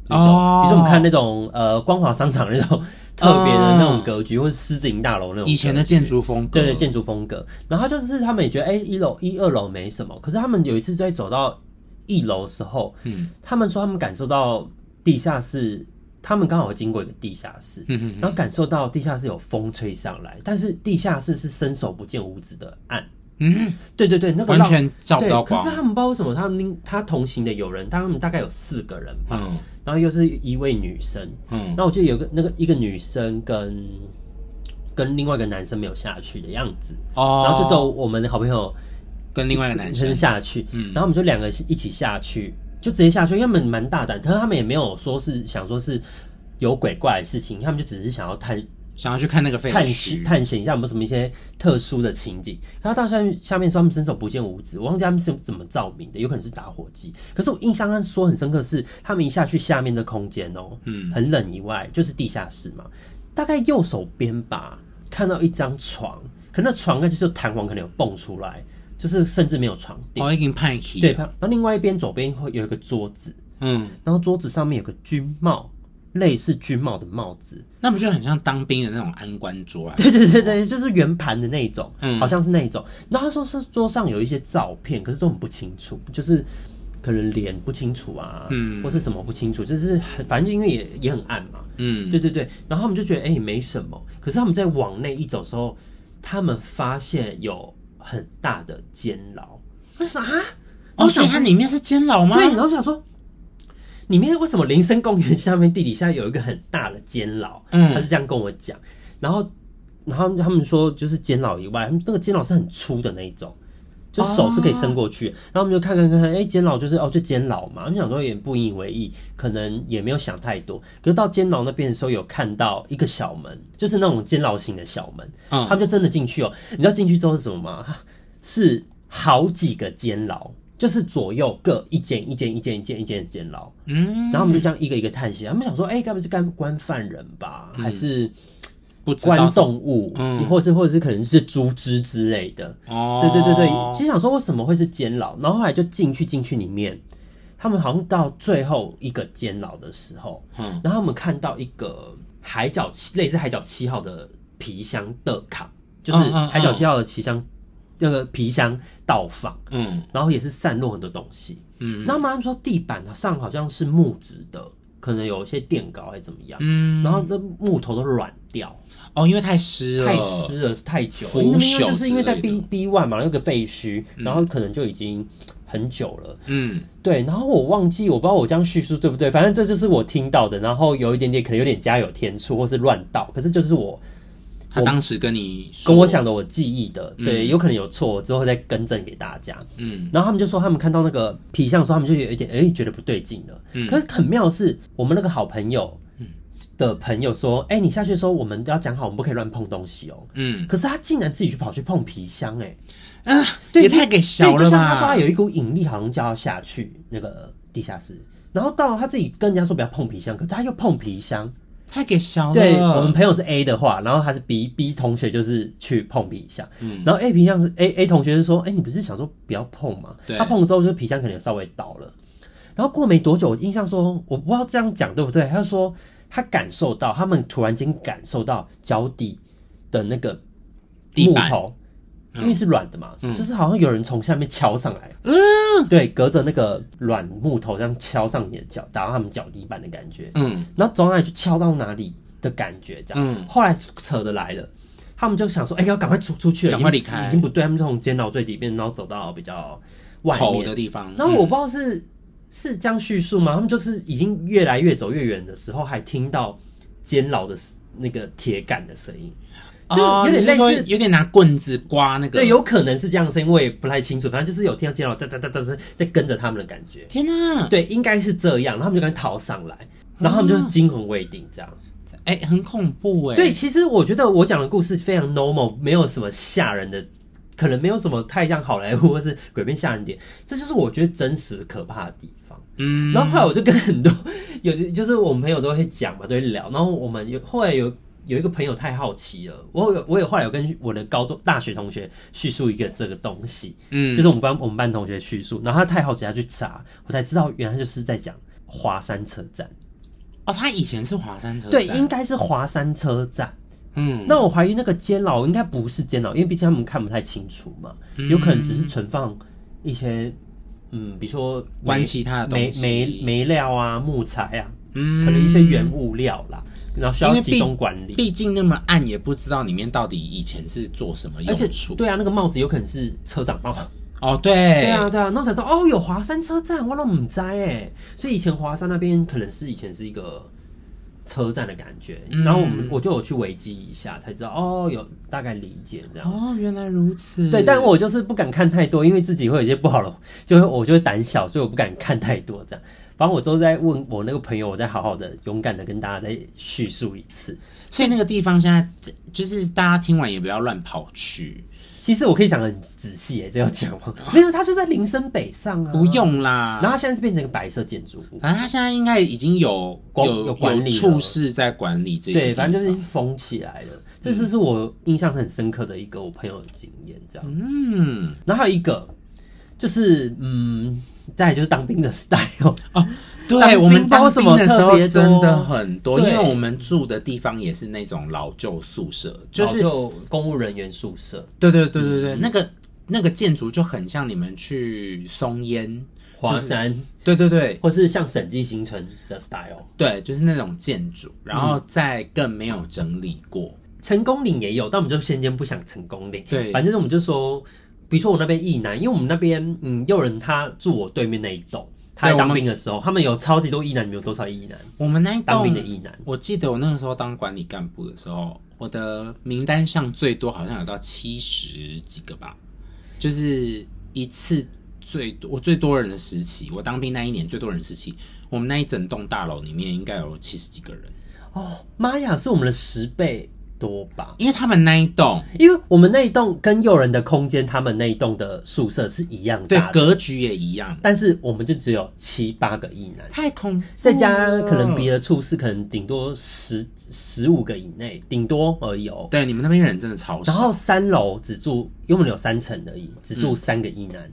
Speaker 4: 那种，
Speaker 1: 哦
Speaker 4: 比如说我们看那种呃光华商场 那种特别的那种格局，或是狮子营大楼那种
Speaker 1: 哦以前的
Speaker 4: 格局
Speaker 1: 建筑风格，
Speaker 4: 对对建筑风格。然后他就是他们也觉得哎、一楼一二楼没什么，可是他们有一次在走到一楼的时候，
Speaker 1: 嗯，
Speaker 4: 他们说他们感受到地下室。他们刚好经过一个地下室，
Speaker 1: 嗯嗯
Speaker 4: 然后感受到地下室有风吹上来，但是地下室是伸手不见五指的暗。
Speaker 1: 嗯，
Speaker 4: 对对对，那个
Speaker 1: 完
Speaker 4: 浪
Speaker 1: 全照不
Speaker 4: 对，
Speaker 1: 到
Speaker 4: 可
Speaker 1: 光
Speaker 4: 是。他们不知道为什么，他们另他同行的友人，他们大概有四个人吧，
Speaker 1: 嗯
Speaker 4: 然后又是一位女生。
Speaker 1: 嗯，
Speaker 4: 那我记得有个那个一个女生跟跟另外一个男生没有下去的样子，
Speaker 1: 哦，
Speaker 4: 然后这时候我们的好朋友
Speaker 1: 跟另外一个男
Speaker 4: 男
Speaker 1: 生
Speaker 4: 生，下去，
Speaker 1: 嗯
Speaker 4: 然后我们就两个一起下去，就直接下去，因为他们蛮大胆，可是他们也没有说是想说是有鬼怪的事情，他们就只是想要探
Speaker 1: 想要去看那个废
Speaker 4: 探
Speaker 1: 墟，
Speaker 4: 险探险一下有没有什么一些特殊的情景。然后到下面下面说他们伸手不见五指，我忘记他们是怎么照明的，有可能是打火机。可是我印象上说很深刻的是，他们一下去下面的空间哦，嗯，很冷以外就是地下室嘛，大概右手边吧，看到一张床，可那床呢就是有弹簧可能有蹦出来，就是甚至没有床垫。
Speaker 1: 哦，已经派去，
Speaker 4: 对，然后另外一边左边会有一个桌子，
Speaker 1: 嗯，
Speaker 4: 然后桌子上面有个军帽，类似军帽的帽子，
Speaker 1: 那不就很像当兵的那种安官桌啊？
Speaker 4: 对对对对，就是圆盘的那一种，
Speaker 1: 嗯
Speaker 4: 好像是那一种。然后他说是桌上有一些照片，可是都很不清楚，就是可能脸不清楚啊，
Speaker 1: 嗯
Speaker 4: 或是什么不清楚，就是很反正就因为也也很暗嘛，
Speaker 1: 嗯，
Speaker 4: 对对对。然后他们就觉得哎、没什么，可是他们在往内一走的时候，他们发现有很大的监牢，我想啊，
Speaker 1: 哦，所以它里面是监牢吗？
Speaker 4: 对，然后想说里面为什么林森公园下面地底下有一个很大的监牢？
Speaker 1: 嗯
Speaker 4: 他是这样跟我讲，然后然后他们说就是监牢以外，他们那个监牢是很粗的那一种。就手是可以伸过去，
Speaker 1: 啊
Speaker 4: 然后我们就看看看看，哎、监牢就是哦，就监牢嘛。我们想说有点不引以为意，可能也没有想太多。可是到监牢那边的时候，有看到一个小门，就是那种监牢型的小门，
Speaker 1: 嗯
Speaker 4: 他们就真的进去哦。你知道进去之后是什么吗？是好几个监牢，就是左右各一间一间一间一间一间的监牢。
Speaker 1: 嗯，
Speaker 4: 然后我们就这样一个一个探险，他们想说，哎、该不是干关犯人吧，还是
Speaker 1: 不嗯知
Speaker 4: 关
Speaker 1: 道
Speaker 4: 动物，
Speaker 1: 嗯
Speaker 4: 或是或者是可能是猪只之类的。
Speaker 1: 哦，
Speaker 4: 对对对对，其实想说为什么会是监牢，然后后来就进去进去里面，他们好像到最后一个监牢的时候，
Speaker 1: 嗯
Speaker 4: 然后我们看到一个海角七类似海角七号的皮箱的卡，就是
Speaker 1: 嗯嗯嗯
Speaker 4: 海角七号的皮箱那个皮箱到访，
Speaker 1: 嗯
Speaker 4: 然后也是散落很多东西。
Speaker 1: 嗯
Speaker 4: 那妈妈说地板上好像是木质的，可能有一些垫高还是怎么样，
Speaker 1: 嗯，
Speaker 4: 然后那木头都软掉，
Speaker 1: 哦，因为太湿了，
Speaker 4: 太湿了太久
Speaker 1: 腐
Speaker 4: 了，因为因为
Speaker 1: 朽
Speaker 4: 就是因为在
Speaker 1: 之类的
Speaker 4: B B one 嘛，那个废墟，然后可能就已经很久了。
Speaker 1: 嗯，
Speaker 4: 对，然后我忘记，我不知道我这样叙述对不对，反正这就是我听到的，然后有一点点可能有点家有添醋或是乱倒，可是就是我
Speaker 1: 他当时跟你
Speaker 4: 跟
Speaker 1: 说
Speaker 4: 我想，的我记忆的，对，
Speaker 1: 嗯
Speaker 4: 有可能有错，我之后再更正给大家。
Speaker 1: 嗯
Speaker 4: 然后他们就说，他们看到那个皮相的时候，他们就有一点哎、觉得不对劲了。
Speaker 1: 嗯
Speaker 4: 可是很妙的是，我们那个好朋友的朋友说，哎、你下去的时候我们都要讲好，我们不可以乱碰东西哦。
Speaker 1: 嗯，
Speaker 4: 可是他竟然自己去跑去碰皮箱、哎，
Speaker 1: 也太给小
Speaker 4: 对，
Speaker 1: 了
Speaker 4: 就像他
Speaker 1: 吧？
Speaker 4: 说他有一股引力，好像叫他下去那个地下室。然后到他自己跟人家说不要碰皮箱，可是他又碰皮箱。
Speaker 1: 太给小了，
Speaker 4: 对我们朋友是 A 的话，然后他是 B，B 同学就是去碰皮箱，
Speaker 1: 嗯
Speaker 4: 然后 A 皮箱是 A A 同学就说，哎、你不是想说不要碰吗？
Speaker 1: 对
Speaker 4: 他碰了之后，就是皮箱可能稍微倒了，然后过没多久，我印象说，我不知道这样讲对不对，他就说他感受到他们突然间感受到脚底的那个
Speaker 1: 地
Speaker 4: 木
Speaker 1: 板嗯
Speaker 4: 头。因为是软的嘛，就是好像有人从下面敲上来，对，隔着那个软木头这样敲上你的脚，打到他们脚底板的感觉。
Speaker 1: 嗯
Speaker 4: 然后走到哪里就敲到哪里的感觉，这样。
Speaker 1: 嗯
Speaker 4: 后来扯的来了，他们就想说，哎、要赶快出出去了，
Speaker 1: 赶快
Speaker 4: 已经
Speaker 1: 离开
Speaker 4: 已经不对，他们就从监牢最里面，然后走到比较外
Speaker 1: 头
Speaker 4: 面
Speaker 1: 的。地方，
Speaker 4: 然后我不知道是、是这样叙述吗？他们就是已经越来越走越远的时候，还听到监牢的那个铁杆的声音，
Speaker 1: 嗯
Speaker 4: 就
Speaker 1: 哦
Speaker 4: 有点
Speaker 1: 你是
Speaker 4: 类似
Speaker 1: 说有点拿棍子刮那个，
Speaker 4: 对，有可能是这样的声音，我也不太清楚，反正就是有听到监牢哒哒哒哒哒在跟着他们的感觉。
Speaker 1: 天哪，
Speaker 4: 对，应该是这样，然后他们就赶紧逃上来，然后他们就是惊魂未定这样。
Speaker 1: 哎，很恐怖哎，
Speaker 4: 对，，其实我觉得我讲的故事非常 normal，没有什么吓人的，可能没有什么太像好莱坞或是鬼片吓人点，这就是我觉得真实可怕的地方。
Speaker 1: 嗯，
Speaker 4: 然后后来我就跟很多有就是我们朋友都会讲嘛，都会聊。然后我们有后来有有一个朋友太好奇了，我有我也后来有跟我的高中大学同学叙述一个这个东西，
Speaker 1: 嗯，
Speaker 4: 就是我们班我们班同学叙述，然后他太好奇，他去查，我才知道原来就是在讲华山车站，
Speaker 1: 哦，他以前是华山车站，
Speaker 4: 对，应该是华山车站。
Speaker 1: 嗯，
Speaker 4: 那我怀疑那个监牢应该不是监牢，因为毕竟他们看不太清楚嘛，有可能只是存放一些，嗯，比如说
Speaker 1: 关
Speaker 4: 煤
Speaker 1: 其他的
Speaker 4: 煤
Speaker 1: 啊东西
Speaker 4: 煤煤料啊、木材啊，
Speaker 1: 嗯
Speaker 4: 可能一些原物料啦，然后需
Speaker 1: 因
Speaker 4: 要
Speaker 1: 为
Speaker 4: 集
Speaker 1: 毕
Speaker 4: 中管理。
Speaker 1: 毕竟那么暗，也不知道里面到底以前是做什么
Speaker 4: 而
Speaker 1: 用
Speaker 4: 且
Speaker 1: 处，
Speaker 4: 对啊，那个帽子有可能是车长帽。
Speaker 1: 哦，对，
Speaker 4: 对
Speaker 1: 对
Speaker 4: 啊，，对啊，那我才知道哦，有华山车站，我都唔知哎。所以以前华山那边可能是以前是一个车站的感觉，然后我们我就有去维基一下，才知道哦，有大概理解这样。
Speaker 1: 哦，原来如此，
Speaker 4: 对，但我就是不敢看太多，因为自己会有一些不好的，就会我就会胆小，所以我不敢看太多这样。反正我之后再问我那个朋友，我再好好的、勇敢的跟大家再叙述一次。
Speaker 1: 所以那个地方现在就是大家听完也不要乱跑去，
Speaker 4: 其实我可以讲得很仔细耶，这要讲吗？ 没有，它就在林森北上啊，
Speaker 1: 不。用啦。
Speaker 4: 然后它现在是变成一个白色建筑物，
Speaker 1: 反正他现在应该已经有
Speaker 4: 管
Speaker 1: 有
Speaker 4: 有管理了
Speaker 1: 处室在管理这个地
Speaker 4: 对，嗯
Speaker 1: 方，
Speaker 4: 反正就是封起来了。这就是我印象很深刻的一个我朋友的经验，这样。
Speaker 1: 嗯
Speaker 4: 然后还有一个就是，嗯，再来就是当兵的 style。当
Speaker 1: 对
Speaker 4: 兵
Speaker 1: 我们当
Speaker 4: 包什么
Speaker 1: 兵的时
Speaker 4: 特
Speaker 1: 候
Speaker 4: 别多
Speaker 1: 真的很多，因
Speaker 4: 对
Speaker 1: 为我们住的地方也是那种老旧宿舍，就是
Speaker 4: 老旧公务人员宿舍，
Speaker 1: 对对对对对，那个那个建筑就很像你们去松烟，
Speaker 4: 华山，
Speaker 1: 对对对
Speaker 4: 或是像审计新城的 style，
Speaker 1: 对，就是那种建筑，然后再更没有整理过，
Speaker 4: 成功岭也有，但我们就先先不想成功岭。
Speaker 1: 对
Speaker 4: 反正我们就说，比如说我那边意南，因为我们那边嗯，有人他住我对面那一栋，他在
Speaker 1: 对我
Speaker 4: 当
Speaker 1: 们
Speaker 4: 兵的时候，他们有超级多异男，你们有多少异男？
Speaker 1: 我们那一
Speaker 4: 当兵
Speaker 1: 栋
Speaker 4: 的异男，
Speaker 1: 我记得我那个时候当管理干部的时候，我的名单上最多好像有到七十几个吧，就是一次最多我最多人的时期，我当兵那一年最多人的时期，我们那一整栋大楼里面应该有七十几个人，
Speaker 4: 哦，妈呀，是我们的十倍多吧？
Speaker 1: 因为他们那一栋
Speaker 4: 因为我们那一栋跟诱人的空间，他们那一栋的宿舍是一样
Speaker 1: 对
Speaker 4: 大的，
Speaker 1: 格局也一样，
Speaker 4: 但是我们就只有七八个异男，
Speaker 1: 太恐怖了
Speaker 4: 再加可能别的处室可能顶多十十五个以内，顶多而已哦。
Speaker 1: 对你们那边人真的超
Speaker 4: 然
Speaker 1: 少，
Speaker 4: 后三楼只住，因为我们有三层而已，只住三个一男，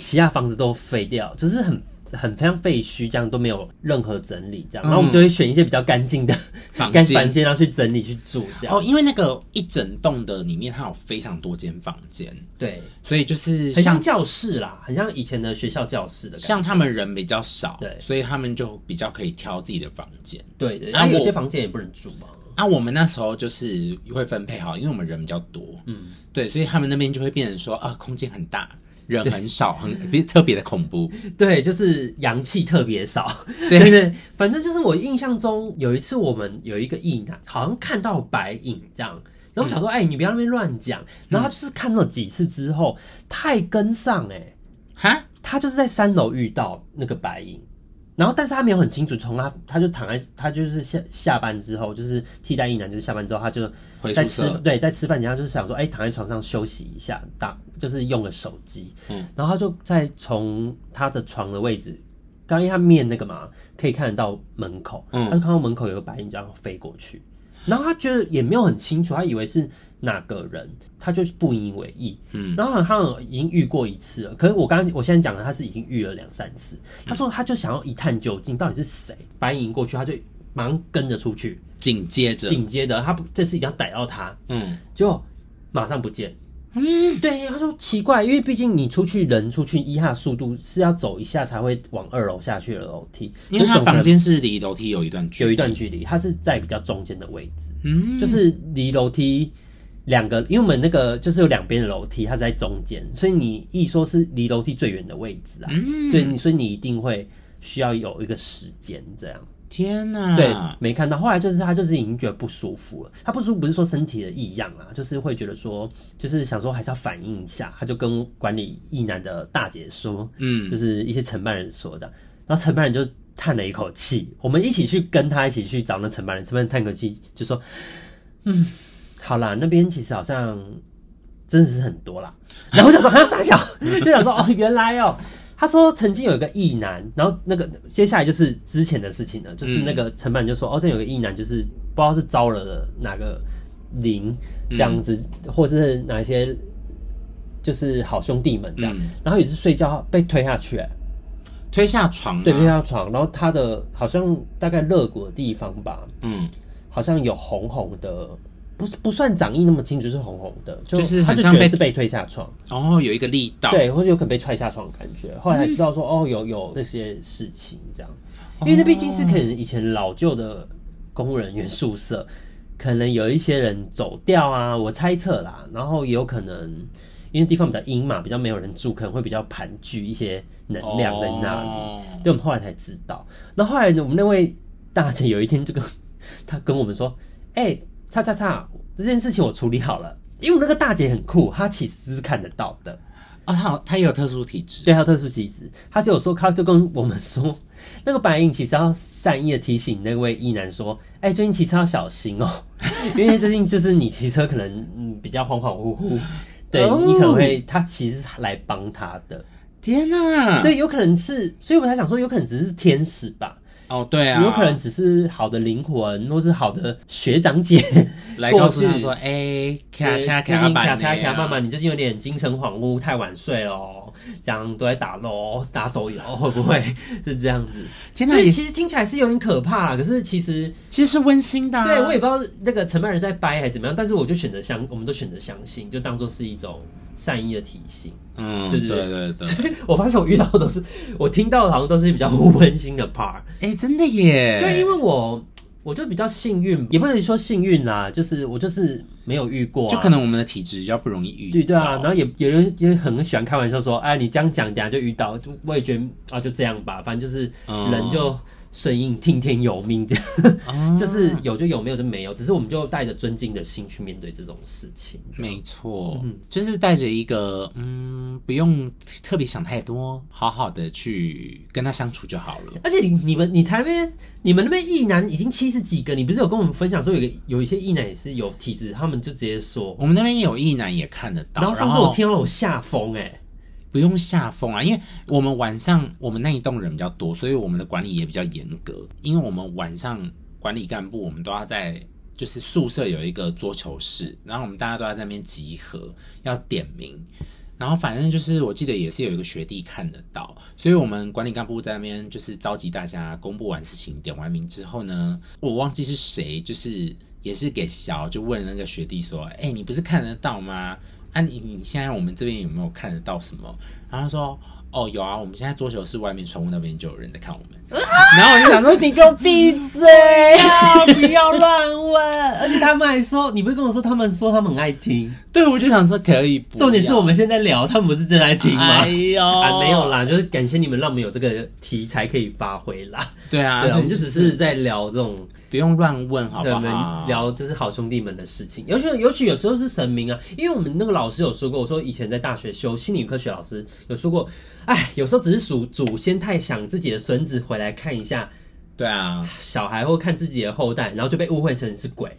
Speaker 4: 其他房子都废掉，就是很很非常废墟，这样都没有任何整理，
Speaker 1: 嗯
Speaker 4: 这样。然后我们就会选一些比较干净的
Speaker 1: 房
Speaker 4: 干
Speaker 1: 间
Speaker 4: 房间，然后去整理去住这样。
Speaker 1: 哦，因为那个一整栋的里面它有非常多间房间，
Speaker 4: 对，
Speaker 1: 所以就是像
Speaker 4: 很像教室啦，很像以前的学校教室的感觉。
Speaker 1: 像他们人比较少，
Speaker 4: 对
Speaker 1: 所以他们就比较可以挑自己的房间。
Speaker 4: 对对，
Speaker 1: 啊
Speaker 4: 然后有
Speaker 1: 我
Speaker 4: 些房间也不能住嘛。
Speaker 1: 啊，我们那时候就是会分配好，因为我们人比较多，嗯，对，所以他们那边就会变成说啊，空间很大，人很少，很 别特别的恐怖。
Speaker 4: 对，就是阳气特别少。
Speaker 1: 对
Speaker 4: 对对，反正就是我印象中有一次我们有一个异男，好像看到白影这样。然后我想说，哎、你不要在那边乱讲。然后他就是看到几次之后，他还跟上、哎，
Speaker 1: 哈，
Speaker 4: 他就是在三楼遇到那个白影，然后但是他没有很清楚，从他他就躺在他就是下下班之后，就是替代一男，就是下班之后他就
Speaker 1: 回
Speaker 4: 在
Speaker 1: 宿
Speaker 4: 吃
Speaker 1: 舍
Speaker 4: 对在吃饭前他就是想说，哎、躺在床上休息一下，打就是用了手机，嗯，然后他就再从他的床的位置。刚因为他面那个嘛，可以看得到门口，
Speaker 1: 嗯
Speaker 4: 他就看到门口有个白影这样飞过去，然后他觉得也没有很清楚，他以为是哪个人，他就是不以为意。嗯，然后他好像已经遇过一次了，可是我刚刚我现在讲的他是已经遇了两三次。他
Speaker 1: 嗯
Speaker 4: 说他就想要一探究竟，到底是谁白银过去，他就马上跟着出去，
Speaker 1: 紧接着，
Speaker 4: 紧接着他不这次一定要逮到他，
Speaker 1: 嗯，
Speaker 4: 就马上不见。嗯，对，他说奇怪，因为毕竟你出去人出去一下速度是要走一下才会往二楼下去的楼梯，
Speaker 1: 因为
Speaker 4: 就
Speaker 1: 他
Speaker 4: 总不能
Speaker 1: 房间是离楼梯有一段距
Speaker 4: 有
Speaker 1: 离，
Speaker 4: 一段距离，它是在比较中间的位置，
Speaker 1: 嗯
Speaker 4: 就是离楼梯两个，因为我们那个就是有两边的楼梯，它是在中间，所以你一说是离楼梯最远的位置啊，
Speaker 1: 嗯
Speaker 4: 对，你所以你一定会需要有一个时间这样，
Speaker 1: 天哪，
Speaker 4: 对，没看到。后来就是他就是已经觉得不舒服了，他不舒服不是说身体的异样啊，就是会觉得说，就是想说还是要反映一下，他就跟管理一男的大姐说，
Speaker 1: 嗯
Speaker 4: 就是一些承办人说的，然后承办人就叹了一口气，我们一起去跟他一起去找那承办人，承办人叹口气就说，嗯，好啦，那边其实好像真的是很多啦。然后我想说，还要傻小，就想说哦，原来哦。他说曾经有一个异男，然后那个接下来就是之前的事情了，就是
Speaker 1: 嗯
Speaker 4: 那个承办人就说，哦，这有个异男，就是不知道是招了哪个灵这样子，
Speaker 1: 嗯
Speaker 4: 或是哪一些就是好兄弟们这样，
Speaker 1: 嗯
Speaker 4: 然后也是睡觉被推下去、欸
Speaker 1: 推下床、啊，
Speaker 4: 对，被推，下床，然后他的好像大概肋骨的地方吧，
Speaker 1: 嗯，
Speaker 4: 好像有红红的，不是不算掌印那么清楚，是红红的，就
Speaker 1: 就是
Speaker 4: 他
Speaker 1: 很
Speaker 4: 就
Speaker 1: 像
Speaker 4: 觉得
Speaker 1: 被
Speaker 4: 是被推下床。
Speaker 1: 然后哦有一个力道，
Speaker 4: 对，或者有可能被踹下床的感觉。后来才知道说，哦，有有这些事情这样，因为那毕竟是可能以前老旧的公务人员宿舍，可能有一些人走掉啊，我猜测啦。然后也有可能因为地方比较阴嘛，比较没有人住，可能会比较盘踞一些能
Speaker 1: 哦，
Speaker 4: 量在那里。对，我们后来才知道。那后来呢，我们那位大姐有一天就跟她跟我们说：“哎、叉叉叉，这件事情我处理好了。”因为我们那个大姐很酷，她其实是看得到的。
Speaker 1: 哦，他有他也有特殊体质，
Speaker 4: 对，还有特殊体质，他是有说，他就跟我们说， 那个白影其实要善意的提醒那位异男说，哎、最近骑车要小心哦， 因为最近就是你骑车可能嗯比较恍恍惚惚，对你可能
Speaker 1: 哦
Speaker 4: 会，他其实是来帮他的，
Speaker 1: 天哪，，
Speaker 4: 对，有可能是，所以我才想说，有可能只是天使吧，
Speaker 1: 哦，对啊，
Speaker 4: 有可能只是好的灵魂，或是好的学 长姐
Speaker 1: 来
Speaker 4: 过
Speaker 1: 告诉他
Speaker 4: 去
Speaker 1: 说，哎、卡
Speaker 4: 对，
Speaker 1: 恰
Speaker 4: 最
Speaker 1: 卡
Speaker 4: 近
Speaker 1: 板，
Speaker 4: 卡恰卡慢慢，你最近有点精神恍惚，太晚睡咯，这样都在打咯，打手游，会不会 是这样子？
Speaker 1: 天哪
Speaker 4: 所以
Speaker 1: 也
Speaker 4: 其实听起来是有点可怕啦，可是其实
Speaker 1: 其实是温馨的、啊，
Speaker 4: 对我也不知道那个承办人是在掰还是怎么样，但是我就选择相，我们都选择相信，就当做是一种善意的提醒。
Speaker 1: 嗯，
Speaker 4: 对
Speaker 1: 对
Speaker 4: 对对
Speaker 1: 对对
Speaker 4: 我发现我遇到的 都是，我听到的好像都是比较温馨的 part。
Speaker 1: 哎、真的耶！
Speaker 4: 对，因为我我就比较幸运，也不能说幸运啦，就是我就是没有遇过啊、
Speaker 1: 就可能我们的体质比较不容易遇
Speaker 4: 对对啊，
Speaker 1: 到
Speaker 4: 然后也有人也很喜欢开玩笑说，哎，你这样讲，等下就遇到，就我也觉得啊，就这样吧，反正就是
Speaker 1: 嗯
Speaker 4: 人就顺应听天由命这样， 就是有就有，没有就没有，只是我们就带着尊敬的心去面对这种事情。这样
Speaker 1: 没错，
Speaker 4: 嗯
Speaker 1: 就是带着一个嗯，不用特别想太多，好好的去跟他相处就好了。
Speaker 4: 而且你你们你才那边你们那边异男已经七十几个，你不是有跟我们分享说有一个有一些异男也是有体质，他们就直接说，
Speaker 1: 我们那边有意男也看得到，
Speaker 4: 然后上次我听到我吓疯哎、
Speaker 1: 不用下风啊，因为我们晚上我们那一栋人比较多，所以我们的管理也比较严格。因为我们晚上管理干部，我们都要在就是宿舍有一个桌球室，然后我们大家都要在那边集合，要点名。然后反正就是我记得也是有一个学弟看得到，所以我们管理干部在那边就是召集大家公布完事情、点完名之后呢，我忘记是谁，就是也是给小就问那个学弟说：“哎、你不是看得到吗？啊你，你现在我们这边有没有看得到什么？”然后他说：“哦，有啊，我们现在桌球室外面窗户那边就有人在看我们。” 然后我就想说：“你给我闭嘴！”
Speaker 4: 啊！不要乱问， 而且他们还说，你不是跟我说他们说他们很爱听？
Speaker 1: 对，我就想说可以不要。
Speaker 4: 重点是我们现在聊，他们不是真的爱听吗？
Speaker 1: 哎呦，
Speaker 4: 啊，没有啦，就是感谢你们让我们有这个题材可以发挥啦。
Speaker 1: 对啊，
Speaker 4: 对啊，
Speaker 1: 所
Speaker 4: 我
Speaker 1: 以
Speaker 4: 们就只是在聊这种，
Speaker 1: 不用乱问好不
Speaker 4: 对，我
Speaker 1: 好？
Speaker 4: 们聊就是好兄弟们的事情。尤其尤其有时候是神明啊，因为我们那个老师有说过，我说以前在大学修心理科学，老师有说过，哎，有时候只是祖祖先太想自己的孙子回来看一下
Speaker 1: 对啊，
Speaker 4: 小孩或看自己的后代，然后就被误会成是鬼，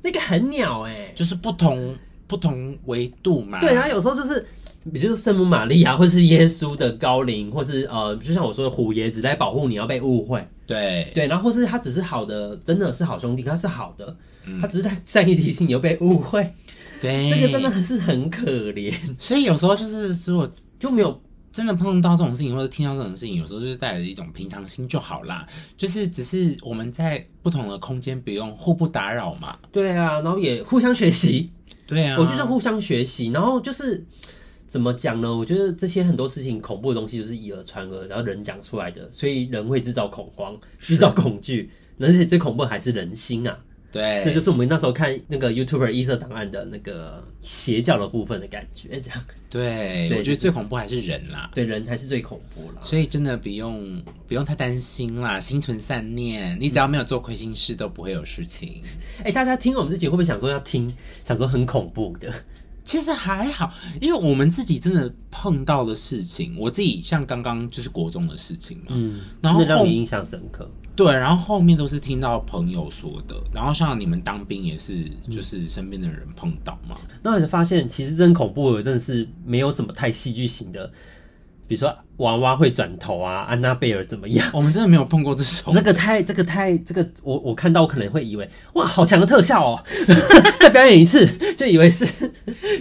Speaker 4: 那个很鸟哎、
Speaker 1: 就是不同不同维度嘛。
Speaker 4: 对，然啊后有时候就是，比如说圣母玛利亚，或是耶稣的高龄，或是呃，就像我说的虎爷只在保护你要被误会，
Speaker 1: 对
Speaker 4: 对，然后或是他只是好的，真的是好兄弟，他是好的，
Speaker 1: 嗯
Speaker 4: 他只是在善意提醒你又被误会，
Speaker 1: 对，
Speaker 4: 这个真的是很可怜，
Speaker 1: 所以有时候就是，如果
Speaker 4: 就没有
Speaker 1: 真的碰到这种事情，或者听到这种事情，有时候就是带着一种平常心就好啦。就是只是我们在不同的空间，不用互不打扰嘛。
Speaker 4: 对啊，然后也互相学习，
Speaker 1: 对啊，
Speaker 4: 我就是互相学习，然后就是。怎么讲呢？我觉得这些很多事情恐怖的东西就是以讹传讹，然后人讲出来的，所以人会制造恐慌、制造恐惧，而且最恐怖的还是人心啊。
Speaker 1: 对，
Speaker 4: 这就是我们那时候看那个 YouTuber 异色档案的那个邪教的部分的感觉， 这样
Speaker 1: 对，
Speaker 4: 对
Speaker 1: 我觉
Speaker 4: 就
Speaker 1: 得
Speaker 4: 是
Speaker 1: 最恐怖还是人啦。
Speaker 4: 对人还是最恐怖啦。
Speaker 1: 所以真的不用不用太担心啦，心存善念，你只要没有做亏心事，都不会有事情。
Speaker 4: 哎、大家听我们这集会不会想说要听，想说很恐怖的？
Speaker 1: 其实还好，因为我们自己真的碰到的事情，我自己像刚刚就是国中的事情嘛，嗯，然后
Speaker 4: 那让
Speaker 1: 后
Speaker 4: 你印象深刻？
Speaker 1: 对，然后后面都是听到朋友说的，然后像你们当兵也是，
Speaker 4: 嗯
Speaker 1: 就是身边的人碰到嘛，
Speaker 4: 那你就发现其实真恐怖的真的是没有什么太戏剧型的，比如说娃娃会转头啊，安娜贝尔怎么样？
Speaker 1: 我们真的没有碰过这 种
Speaker 4: 这，个太这个太这个，我我看到我可能会以为哇，好强的特效哦！ 再表演一次就以为是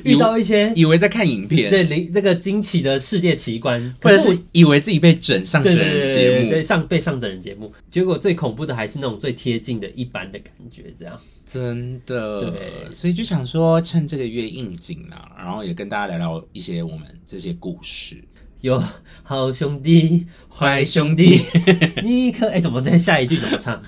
Speaker 4: 遇到一些
Speaker 1: 以为在看影片，
Speaker 4: 对灵那个惊奇的世界奇观，
Speaker 1: 或
Speaker 4: 可
Speaker 1: 者
Speaker 4: 是我
Speaker 1: 是以为自己被整上整
Speaker 4: 对对
Speaker 1: 人
Speaker 4: 对
Speaker 1: 节
Speaker 4: 对
Speaker 1: 目，
Speaker 4: 对上被上整人节目，结果最恐怖的还是那种最贴近的一般的感觉，这样。
Speaker 1: 真的，
Speaker 4: 对
Speaker 1: 所以就想说趁这个月应景啦、然后也跟大家聊聊一些我们这些故事。
Speaker 4: 有好兄弟、坏兄弟，你可哎、怎么在下一句怎么唱？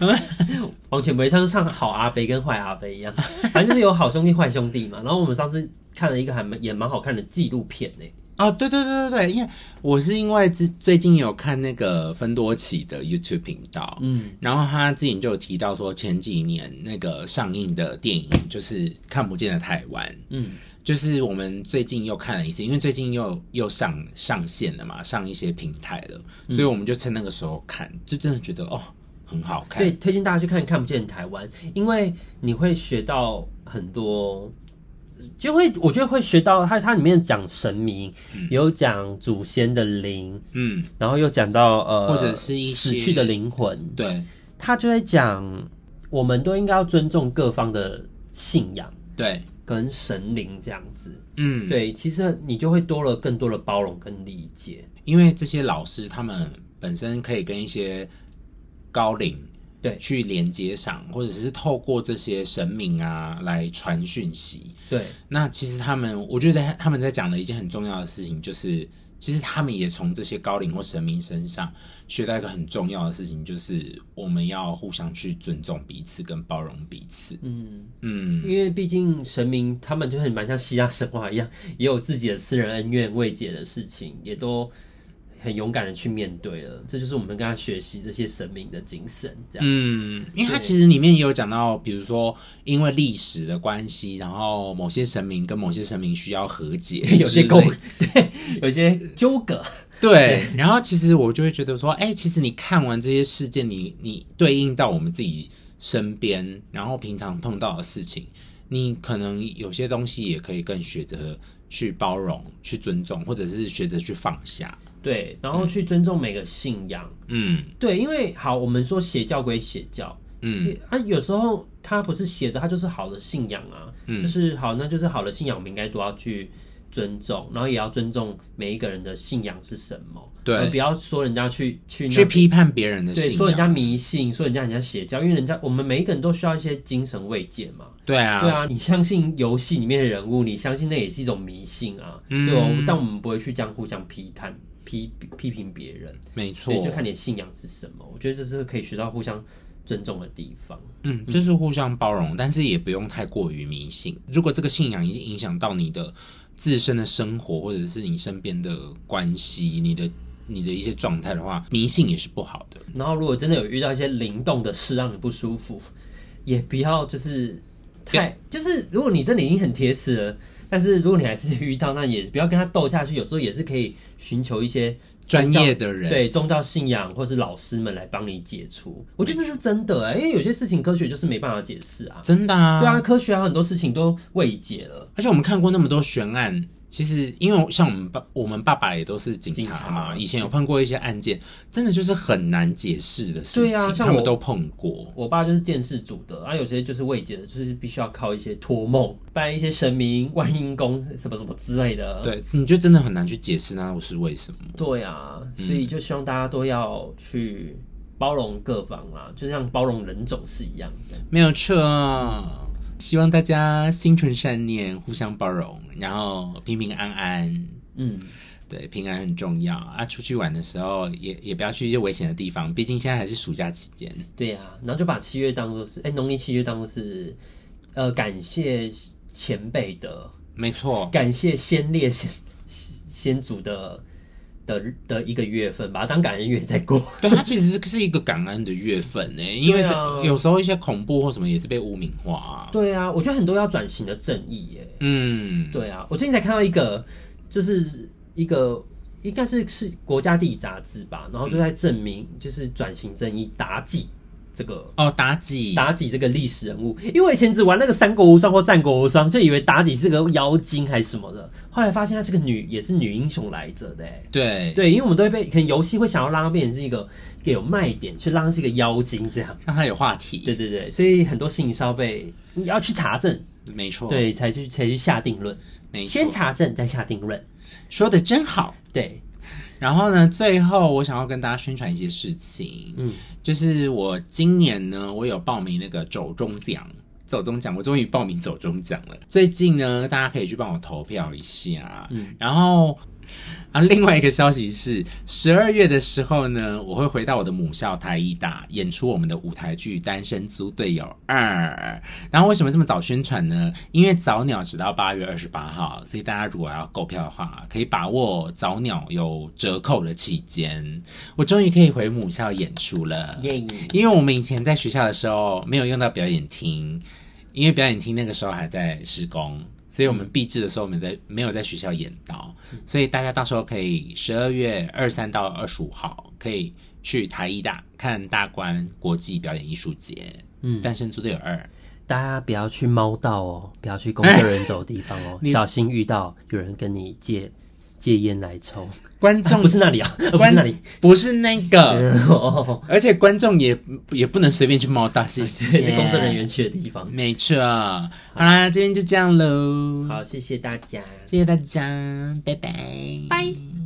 Speaker 4: 完全不会唱，就唱好阿飞跟坏阿飞一样，反正就是有好兄弟、坏兄弟嘛。然后我们上次看了一个还蛮也蛮好看的纪录片呢、
Speaker 1: 哦，对对对对对，因为我是因为最最近有看那个芬多奇的 YouTube 频道，嗯，然后他之前就有提到说，前几年那个上映的电影就是《看不见的台湾》，嗯，就是我们最近又看了一次，因为最近又又上上线了嘛，上一些平台了，
Speaker 4: 嗯
Speaker 1: 所以我们就趁那个时候看，就真的觉得哦很好看，
Speaker 4: 对，推荐大家去看《看不见台湾》，因为你会学到很多，就会我觉得会学到它它里面讲神明，有讲祖先的灵，
Speaker 1: 嗯，
Speaker 4: 然后又讲到呃，
Speaker 1: 或者是一些
Speaker 4: 死去的灵魂，
Speaker 1: 对
Speaker 4: 他就在讲我们都应该要尊重各方的信仰
Speaker 1: 对，
Speaker 4: 跟神灵这样子。
Speaker 1: 嗯，
Speaker 4: 对，其实你就会多了更多的包容跟理解。
Speaker 1: 因为这些老师他们本身可以跟一些高龄
Speaker 4: 对
Speaker 1: 去连接上，或者是透过这些神明啊来传讯息。
Speaker 4: 对，
Speaker 1: 那其实他们，我觉得他们在讲的一件很重要的事情，就是其实他们也从这些高龄或神明身上学到一个很重要的事情，就是我们要互相去尊重彼此跟包容彼此。
Speaker 4: 嗯，
Speaker 1: 嗯，
Speaker 4: 因为毕竟神明他们就是蛮像希腊神话一样，也有自己的私人恩怨未解的事情，也都很勇敢的去面对了。这就是我们跟他学习这些神明的精神，这样。
Speaker 1: 嗯，因为它其实里面也有讲到，比如说因为历史的关系，然后某些神明跟某些神明需要和
Speaker 4: ，
Speaker 1: 解
Speaker 4: 有些
Speaker 1: 之类
Speaker 4: 沟对，有些纠葛，
Speaker 1: 对。然后其实我就会觉得说，哎、其实你看完这些事件，你你对应到我们自己身边，然后平常碰到的事情，你可能有些东西也可以更学着去包容、去尊重，或者是学着去放下。
Speaker 4: 对，然后去尊重每个信仰。
Speaker 1: 嗯
Speaker 4: 对，因为好，我们说邪教归邪教，
Speaker 1: 嗯
Speaker 4: 啊，有时候它不是邪的，它就是好的信仰啊，
Speaker 1: 嗯
Speaker 4: 就是好，那就是好的信仰，我们应该都要去尊重，然后也要尊重每一个人的信仰是什么，
Speaker 1: 对
Speaker 4: 而不要说人家去去
Speaker 1: 去
Speaker 4: 那。
Speaker 1: 批判别人的
Speaker 4: 对，
Speaker 1: 信
Speaker 4: 说人家
Speaker 1: 仰，
Speaker 4: 迷信，说人家人家邪教，因为人家我们每一个人都需要一些精神慰藉嘛。
Speaker 1: 对啊，
Speaker 4: 对啊，你相信游戏里面的人物，你相信那也是一种迷信啊，
Speaker 1: 嗯
Speaker 4: 对哦。但我们不会去这样互相批判、批批评别人，
Speaker 1: 没错
Speaker 4: 所以，就看你的信仰是什么。我觉得这是可以学到互相尊重的地方。
Speaker 1: 嗯，就是互相包容，但是也不用太过于迷信。如果这个信仰已经影响到你的自身的生活，或者是你身边的关系，你的你的一些状态的话，迷信也是不好的。
Speaker 4: 然后如果真的有遇到一些灵动的事让你不舒服，也不要就是太就是如果你真的已经很铁齿了，但是如果你还是遇到，那也不要跟他斗下去。有时候也是可以寻求一些
Speaker 1: 专
Speaker 4: 宗教
Speaker 1: 业的人，
Speaker 4: 对宗教信仰或是老师们来帮你解除。我觉得这是真的、欸，因为有些事情科学就是没办法解释啊。
Speaker 1: 真的啊，
Speaker 4: 对啊，科学还有很多事情都未解了。
Speaker 1: 而且我们看过那么多悬案，其实因为像我们爸，我们爸爸也都是警
Speaker 4: 警
Speaker 1: 察
Speaker 4: 察
Speaker 1: 嘛，以前有碰过一些案件，真的就是很难解释的事情，
Speaker 4: 对啊像
Speaker 1: 他们
Speaker 4: 我
Speaker 1: 都碰过。
Speaker 4: 我爸就是见识组的，啊，有些就是未解的，就是必须要靠一些托梦，拜一些神明、万应宫什么什么之类的。
Speaker 1: 对，你就真的很难去解释那是为什么。
Speaker 4: 对啊，所以就希望大家都要去包容各方啦，就像包容人种是一样的。
Speaker 1: 没有错，希望大家心存善念，互相包容，然后平平安安。
Speaker 4: 嗯，
Speaker 1: 对，平安很重要啊！出去玩的时候也也不要去一些危险的地方，毕竟现在还是暑假期间。
Speaker 4: 对啊，然后就把七月当做是，哎、农历七月当做是，呃，感谢前辈的，
Speaker 1: 没 错，
Speaker 4: 感谢先烈先先祖的的的一个月份，把它当感恩月在过。
Speaker 1: 对，它其实是是一个感恩的月份呢，因为
Speaker 4: 对
Speaker 1: 这、
Speaker 4: 啊
Speaker 1: 有时候一些恐怖或什么也是被污名化、啊。
Speaker 4: 对啊，我觉得很多要转型的正义耶。
Speaker 1: 嗯，
Speaker 4: 对啊，我最近才看到一个，就是一个应该是是国家地理杂志吧，然后就在证明
Speaker 1: 嗯
Speaker 4: 就是转型正义妲己这个
Speaker 1: 哦，妲己，
Speaker 4: 妲己这个历史人物，因为我以前只玩那个三国无双或战国无双，就以为妲己是个妖精还是什么的，后来发现她是个女，也是女英雄来着的欸、
Speaker 1: 对，
Speaker 4: 对，因为我们都会被，可能游戏会想要让她变成是一个有卖点，去让她是一个妖精这样。
Speaker 1: 让它有话题。
Speaker 4: 对对对，所以很多事情是要被你要去查证，
Speaker 1: 没错，，
Speaker 4: 对，才去才去下定论。
Speaker 1: 没错，
Speaker 4: 先查证再下定论。
Speaker 1: 说的真好。
Speaker 4: 对，
Speaker 1: 然后呢，最后我想要跟大家宣传一些事情，嗯
Speaker 4: 嗯，
Speaker 1: 就是我今年呢，我有报名那个走中奖。走中奖，我终于报名走中奖了。最近呢，大家可以去帮我投票一下。嗯，然后啊，另外一个消息是，十二月的时候呢，我会回到我的母校台艺大演出我们的舞台剧《单身租队友二》。然后为什么这么早宣传呢？因为早鸟只到八月二十八号，所以大家如果要购票的话，可以把握早鸟有折扣的期间。我终于可以回母校演出了。
Speaker 4: 耶、
Speaker 1: 因为我们以前在学校的时候没有用到表演厅，因为表演厅那个时候还在施工，所以我们闭制的时候我们在没有在学校演到，
Speaker 4: 嗯
Speaker 1: 所以大家到时候可以十二月二三到二十五号可以去台艺大看大观国际表演艺术节。嗯，单身组队有二，
Speaker 4: 大家不要去猫道哦，不要去公厕人走的地方 哦，小心遇到有人跟你借戒烟来抽，
Speaker 1: 观众、
Speaker 4: 不是那里啊，呃不
Speaker 1: 观
Speaker 4: 是那 里。
Speaker 1: 不是那个，
Speaker 4: 哦，
Speaker 1: 而且观众也也不能随便去猫大，谢 谢
Speaker 4: 对，工作人。员去的地方。
Speaker 1: 没错，好啦，今天就这样喽，
Speaker 4: 好，谢谢大家。
Speaker 1: 谢谢大家，拜拜，拜。